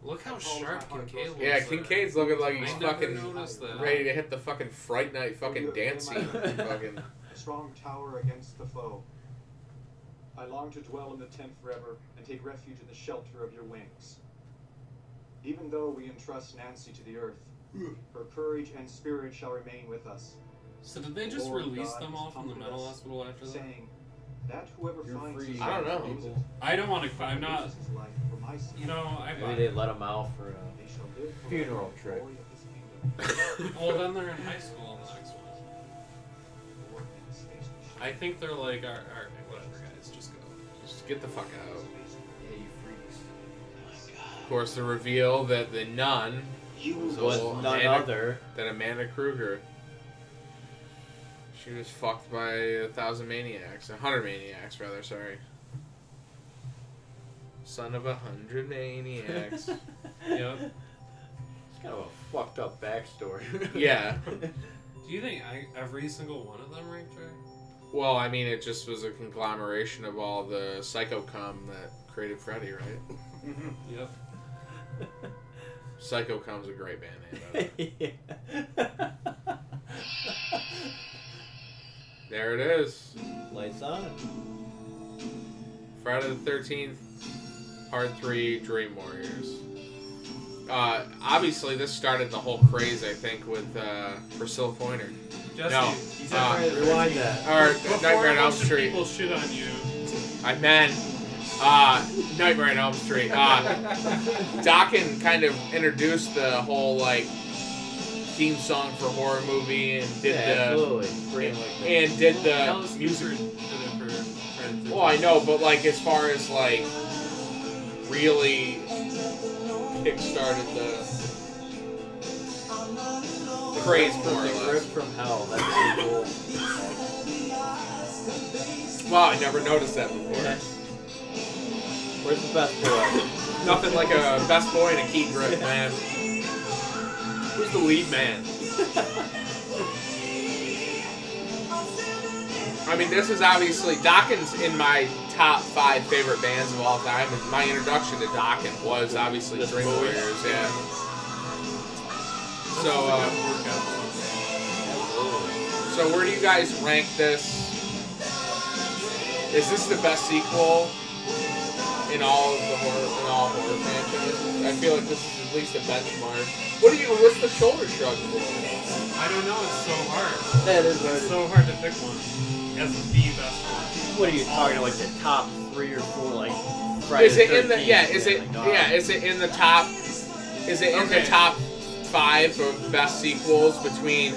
Look how sharp Kincaid looks.
Yeah,
there.
Kincaid's looking like he's
I never
fucking
noticed that.
ready to hit the fucking Fright Night fucking dance scene. fucking.
A strong tower against the foe. I long to dwell in the tent forever and take refuge in the shelter of your wings. Even though we entrust Nancy to the earth, her courage and spirit shall remain with us,
So did they just
Lord
release
God
them
has
all from the
comforted
mental
us,
hospital after that?
saying that whoever
You're
finds
free.
his
I don't
life
know.
loses it,
I don't want to. I'm not.
loses his life for my sake.
You know, I.
Maybe they let him out for uh, a
They shall live for
Funeral
the
trip.
glory of his kingdom.
Well, then they're in high school on the next one.
The Lord made space and shall
I think they're like, all right, all right whatever, guys, just go.
Just get the fuck out.
Yeah, you freaks.
Of course, the reveal that the nun was,
was
all-
none
Amanda-
other.
that Amanda Kruger. She was fucked by a thousand maniacs, a hundred maniacs rather. Sorry. Son of a hundred maniacs.
Yep.
It's kind of a fucked up backstory.
Yeah.
Do you think I, every single one of them raped her?
Well, I mean, it just was a conglomeration of all the psycho cum that created Freddy, right?
Yep.
Psycho cum's a great band name. by the way. There it is.
Lights on.
Friday the Thirteenth, Part Three, Dream Warriors. Uh, obviously, this started the whole craze, I think, with uh, Priscilla Pointer.
Jesse,
no,
you said
uh,
Friday the
Rewind
13th.
that.
or
Before
Nightmare
a
on Elm
bunch of
Street.
People shit on you.
I meant uh, Nightmare on Elm Street. Uh, Dokken kind of introduced the whole like theme song for horror movie and did
yeah,
the
absolutely. Bring it like that.
and did the
Alice
music.
Cooper did it for Friday the
Well, I know, but like as far as like really kickstarted the craze
From
more or
the grip
less.
from hell. That's pretty cool.
Wow, I never noticed that before.
Yeah. Where's the best boy?
Nothing like a best boy and a key grip, man. Who's the lead man? I mean, this is obviously Dawkins in my top five favorite bands of all time. And my introduction to Dawkins was obviously
This
Dream
movie.
Warriors, yeah. So, uh, so where do you guys rank this? Is this the best sequel in all of the horror in all horror franchises? I feel like this is at least a benchmark. What do you? What's the shoulder shrug for?
I don't know. It's so hard.
That is
It's
right.
so hard to pick one as the best one.
What are you talking about? Like the top three or four, like Friday
is it
the
in the
13th,
yeah? Is it
like, dog.
yeah? Is it in the top? Is it in the
Okay.
top five of best sequels between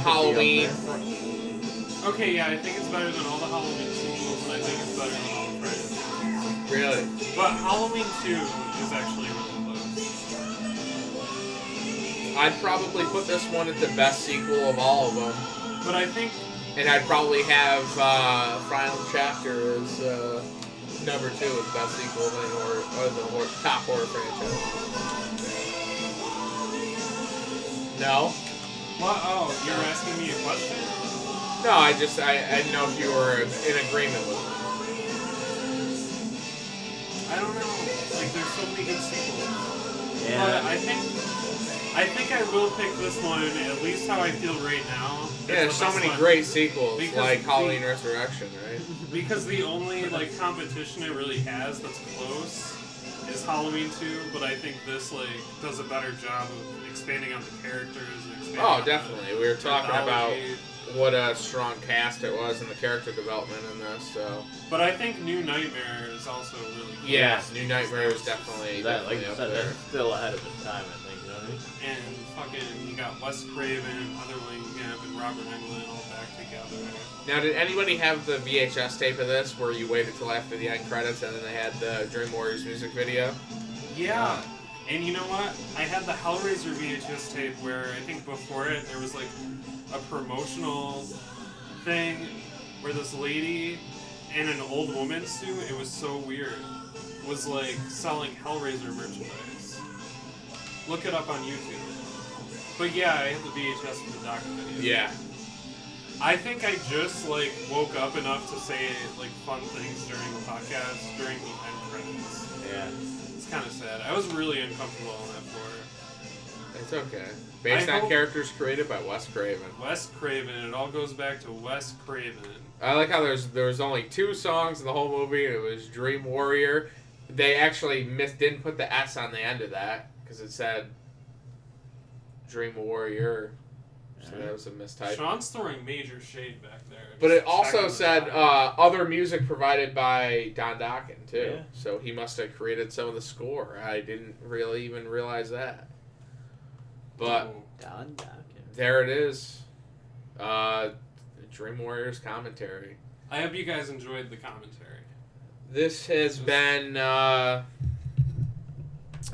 Halloween?
Okay, yeah, I think it's better than all the Halloween sequels, and I think it's better than all the Friday.
Really?
But Halloween 2 is actually really close.
I'd probably put this one at the best sequel of all of them,
But I think
and I'd probably have uh, Final Chapter as uh, number two of best sequel in horror, or the hor top horror franchise. No,
What? Oh, you're asking me a question.
no. I just I, I didn't know if you were in agreement with me.
I don't know. Like, there's so many good sequels. But
Yeah.
I think, I think I will pick this one. At least how I feel right now. It's
Yeah, there's
the
so
best
many
one.
great sequels
Because
like
the-
Halloween Resurrection, right?
Because the only like competition it really has that's close is Halloween 2. But I think this like does a better job of expanding on the characters. And expanding on
Oh,
the
definitely. We were talking about
mythology.
what a strong cast it was and the character development in this. So
But I think New Nightmare is also really. Close
New Nightmare was definitely,
That, like
definitely
I
up
said,
there.
that's still ahead of its time, I think. You know what I mean?
and fucking you got Wes Craven, Otherwing, and Robert Englund all back together.
Now, did anybody have the VHS tape of this where you waited till after the end credits and then they had the Dream Warriors music video?
Yeah. And you know what? I had the Hellraiser VHS tape where I think before it there was like a promotional thing where this lady in an old woman's suit, it was so weird, was like selling Hellraiser merchandise. Look it up on YouTube. But yeah, I had the VHS from the doc video.
Yeah.
I think I just like woke up enough to say like fun things during the podcast during the end credits.
Yeah.
It's kind of sad. I was really uncomfortable on that floor.
It's okay. Based
I
on
hope-
characters created by Wes Craven.
Wes Craven. It all goes back to Wes Craven.
I like how there's there was only two songs in the whole movie. It was Dream Warrior. They actually missed didn't put the S on the end of that because it said Dream Warrior, so that was a mistype.
Sean's throwing major shade back there.
But it
Just
also
checking the
said
time.
uh, other music provided by Don Dokken too.
Yeah.
So he must have created some of the score. I didn't really even realize that. But
Oh.
Don Dokken.
there it is. Uh, Dream Warriors commentary.
I hope you guys enjoyed the commentary.
This has been uh,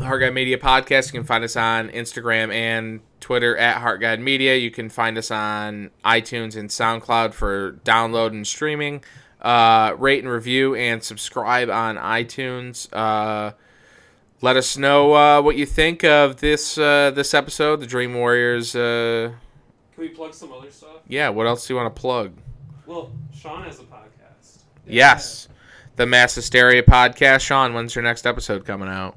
Heart Guide Media Podcast. You can find us on Instagram and Twitter at Heart Guide Media. You can find us on iTunes and SoundCloud for download and streaming. Uh, Uh, rate and review and subscribe on iTunes. Uh, let us know uh, what you think of this uh, this episode, the Dream Warriors. Uh,
Can we plug some other stuff?
yeah, what else do you want to plug?
Well, Sean has a podcast.
Yes, the Mass Hysteria podcast. Sean, when's your next episode coming out?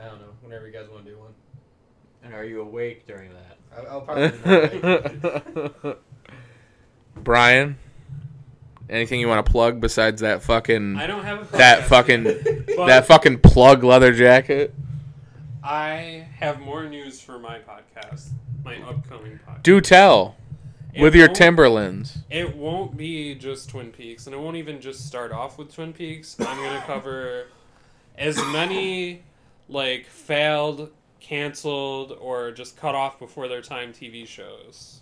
I don't know. Whenever you guys want to do one.
And are you awake during that?
I'll, I'll
Brian, anything you want to plug besides that fucking
I don't have a
that
podcast
fucking
yet, but-
that fucking plug leather jacket?
I have more news for my podcast, my upcoming podcast.
Do tell
It
with your
won't-
Timberlands.
It won't be just Twin Peaks, and it won't even just start off with Twin Peaks. I'm gonna cover as many like failed, canceled, or just cut off before their time TV shows.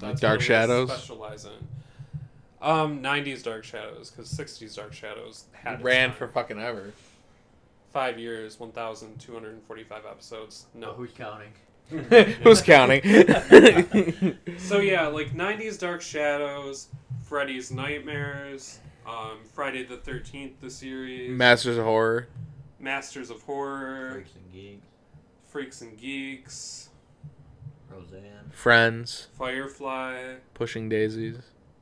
Like
what
Dark
I'm gonna
Shadows?
Specialize in. Um, '90s Dark Shadows because '60s Dark Shadows had its
Ran
time.
for fucking ever.
five years, 1,245 episodes. No,
who's counting?
Who's counting?
so yeah, like '90s Dark Shadows, Freddy's Nightmares, um, Friday the Thirteenth, the series,
Masters of Horror.
Masters of Horror,
Freaks and geeks.
Freaks and Geeks,
Roseanne.
Friends.
Firefly.
Pushing Daisies.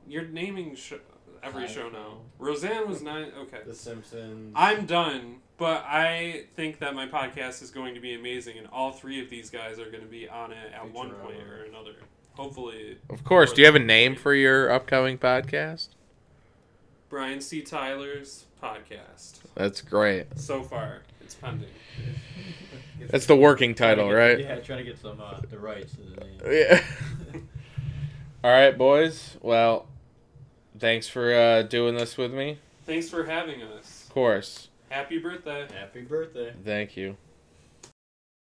You're naming sh- every show now.
Firefly.
Roseanne was nine. Okay,
The Simpsons.
I'm done. But I think that my podcast is going to be amazing, and all three of these guys are going to be on it at one point or another. Hopefully,
Of course. Do you have a name for your upcoming podcast?
Brian C. Tyler's podcast.
That's great.
So far, it's pending.
That's the working title,
Trying
right?
to get- Yeah, trying to get some uh, the rights to the name.
Yeah. All right, boys. Well, thanks for uh, doing this with me.
Thanks for having us.
Of course.
Happy birthday.
Happy birthday.
Thank you.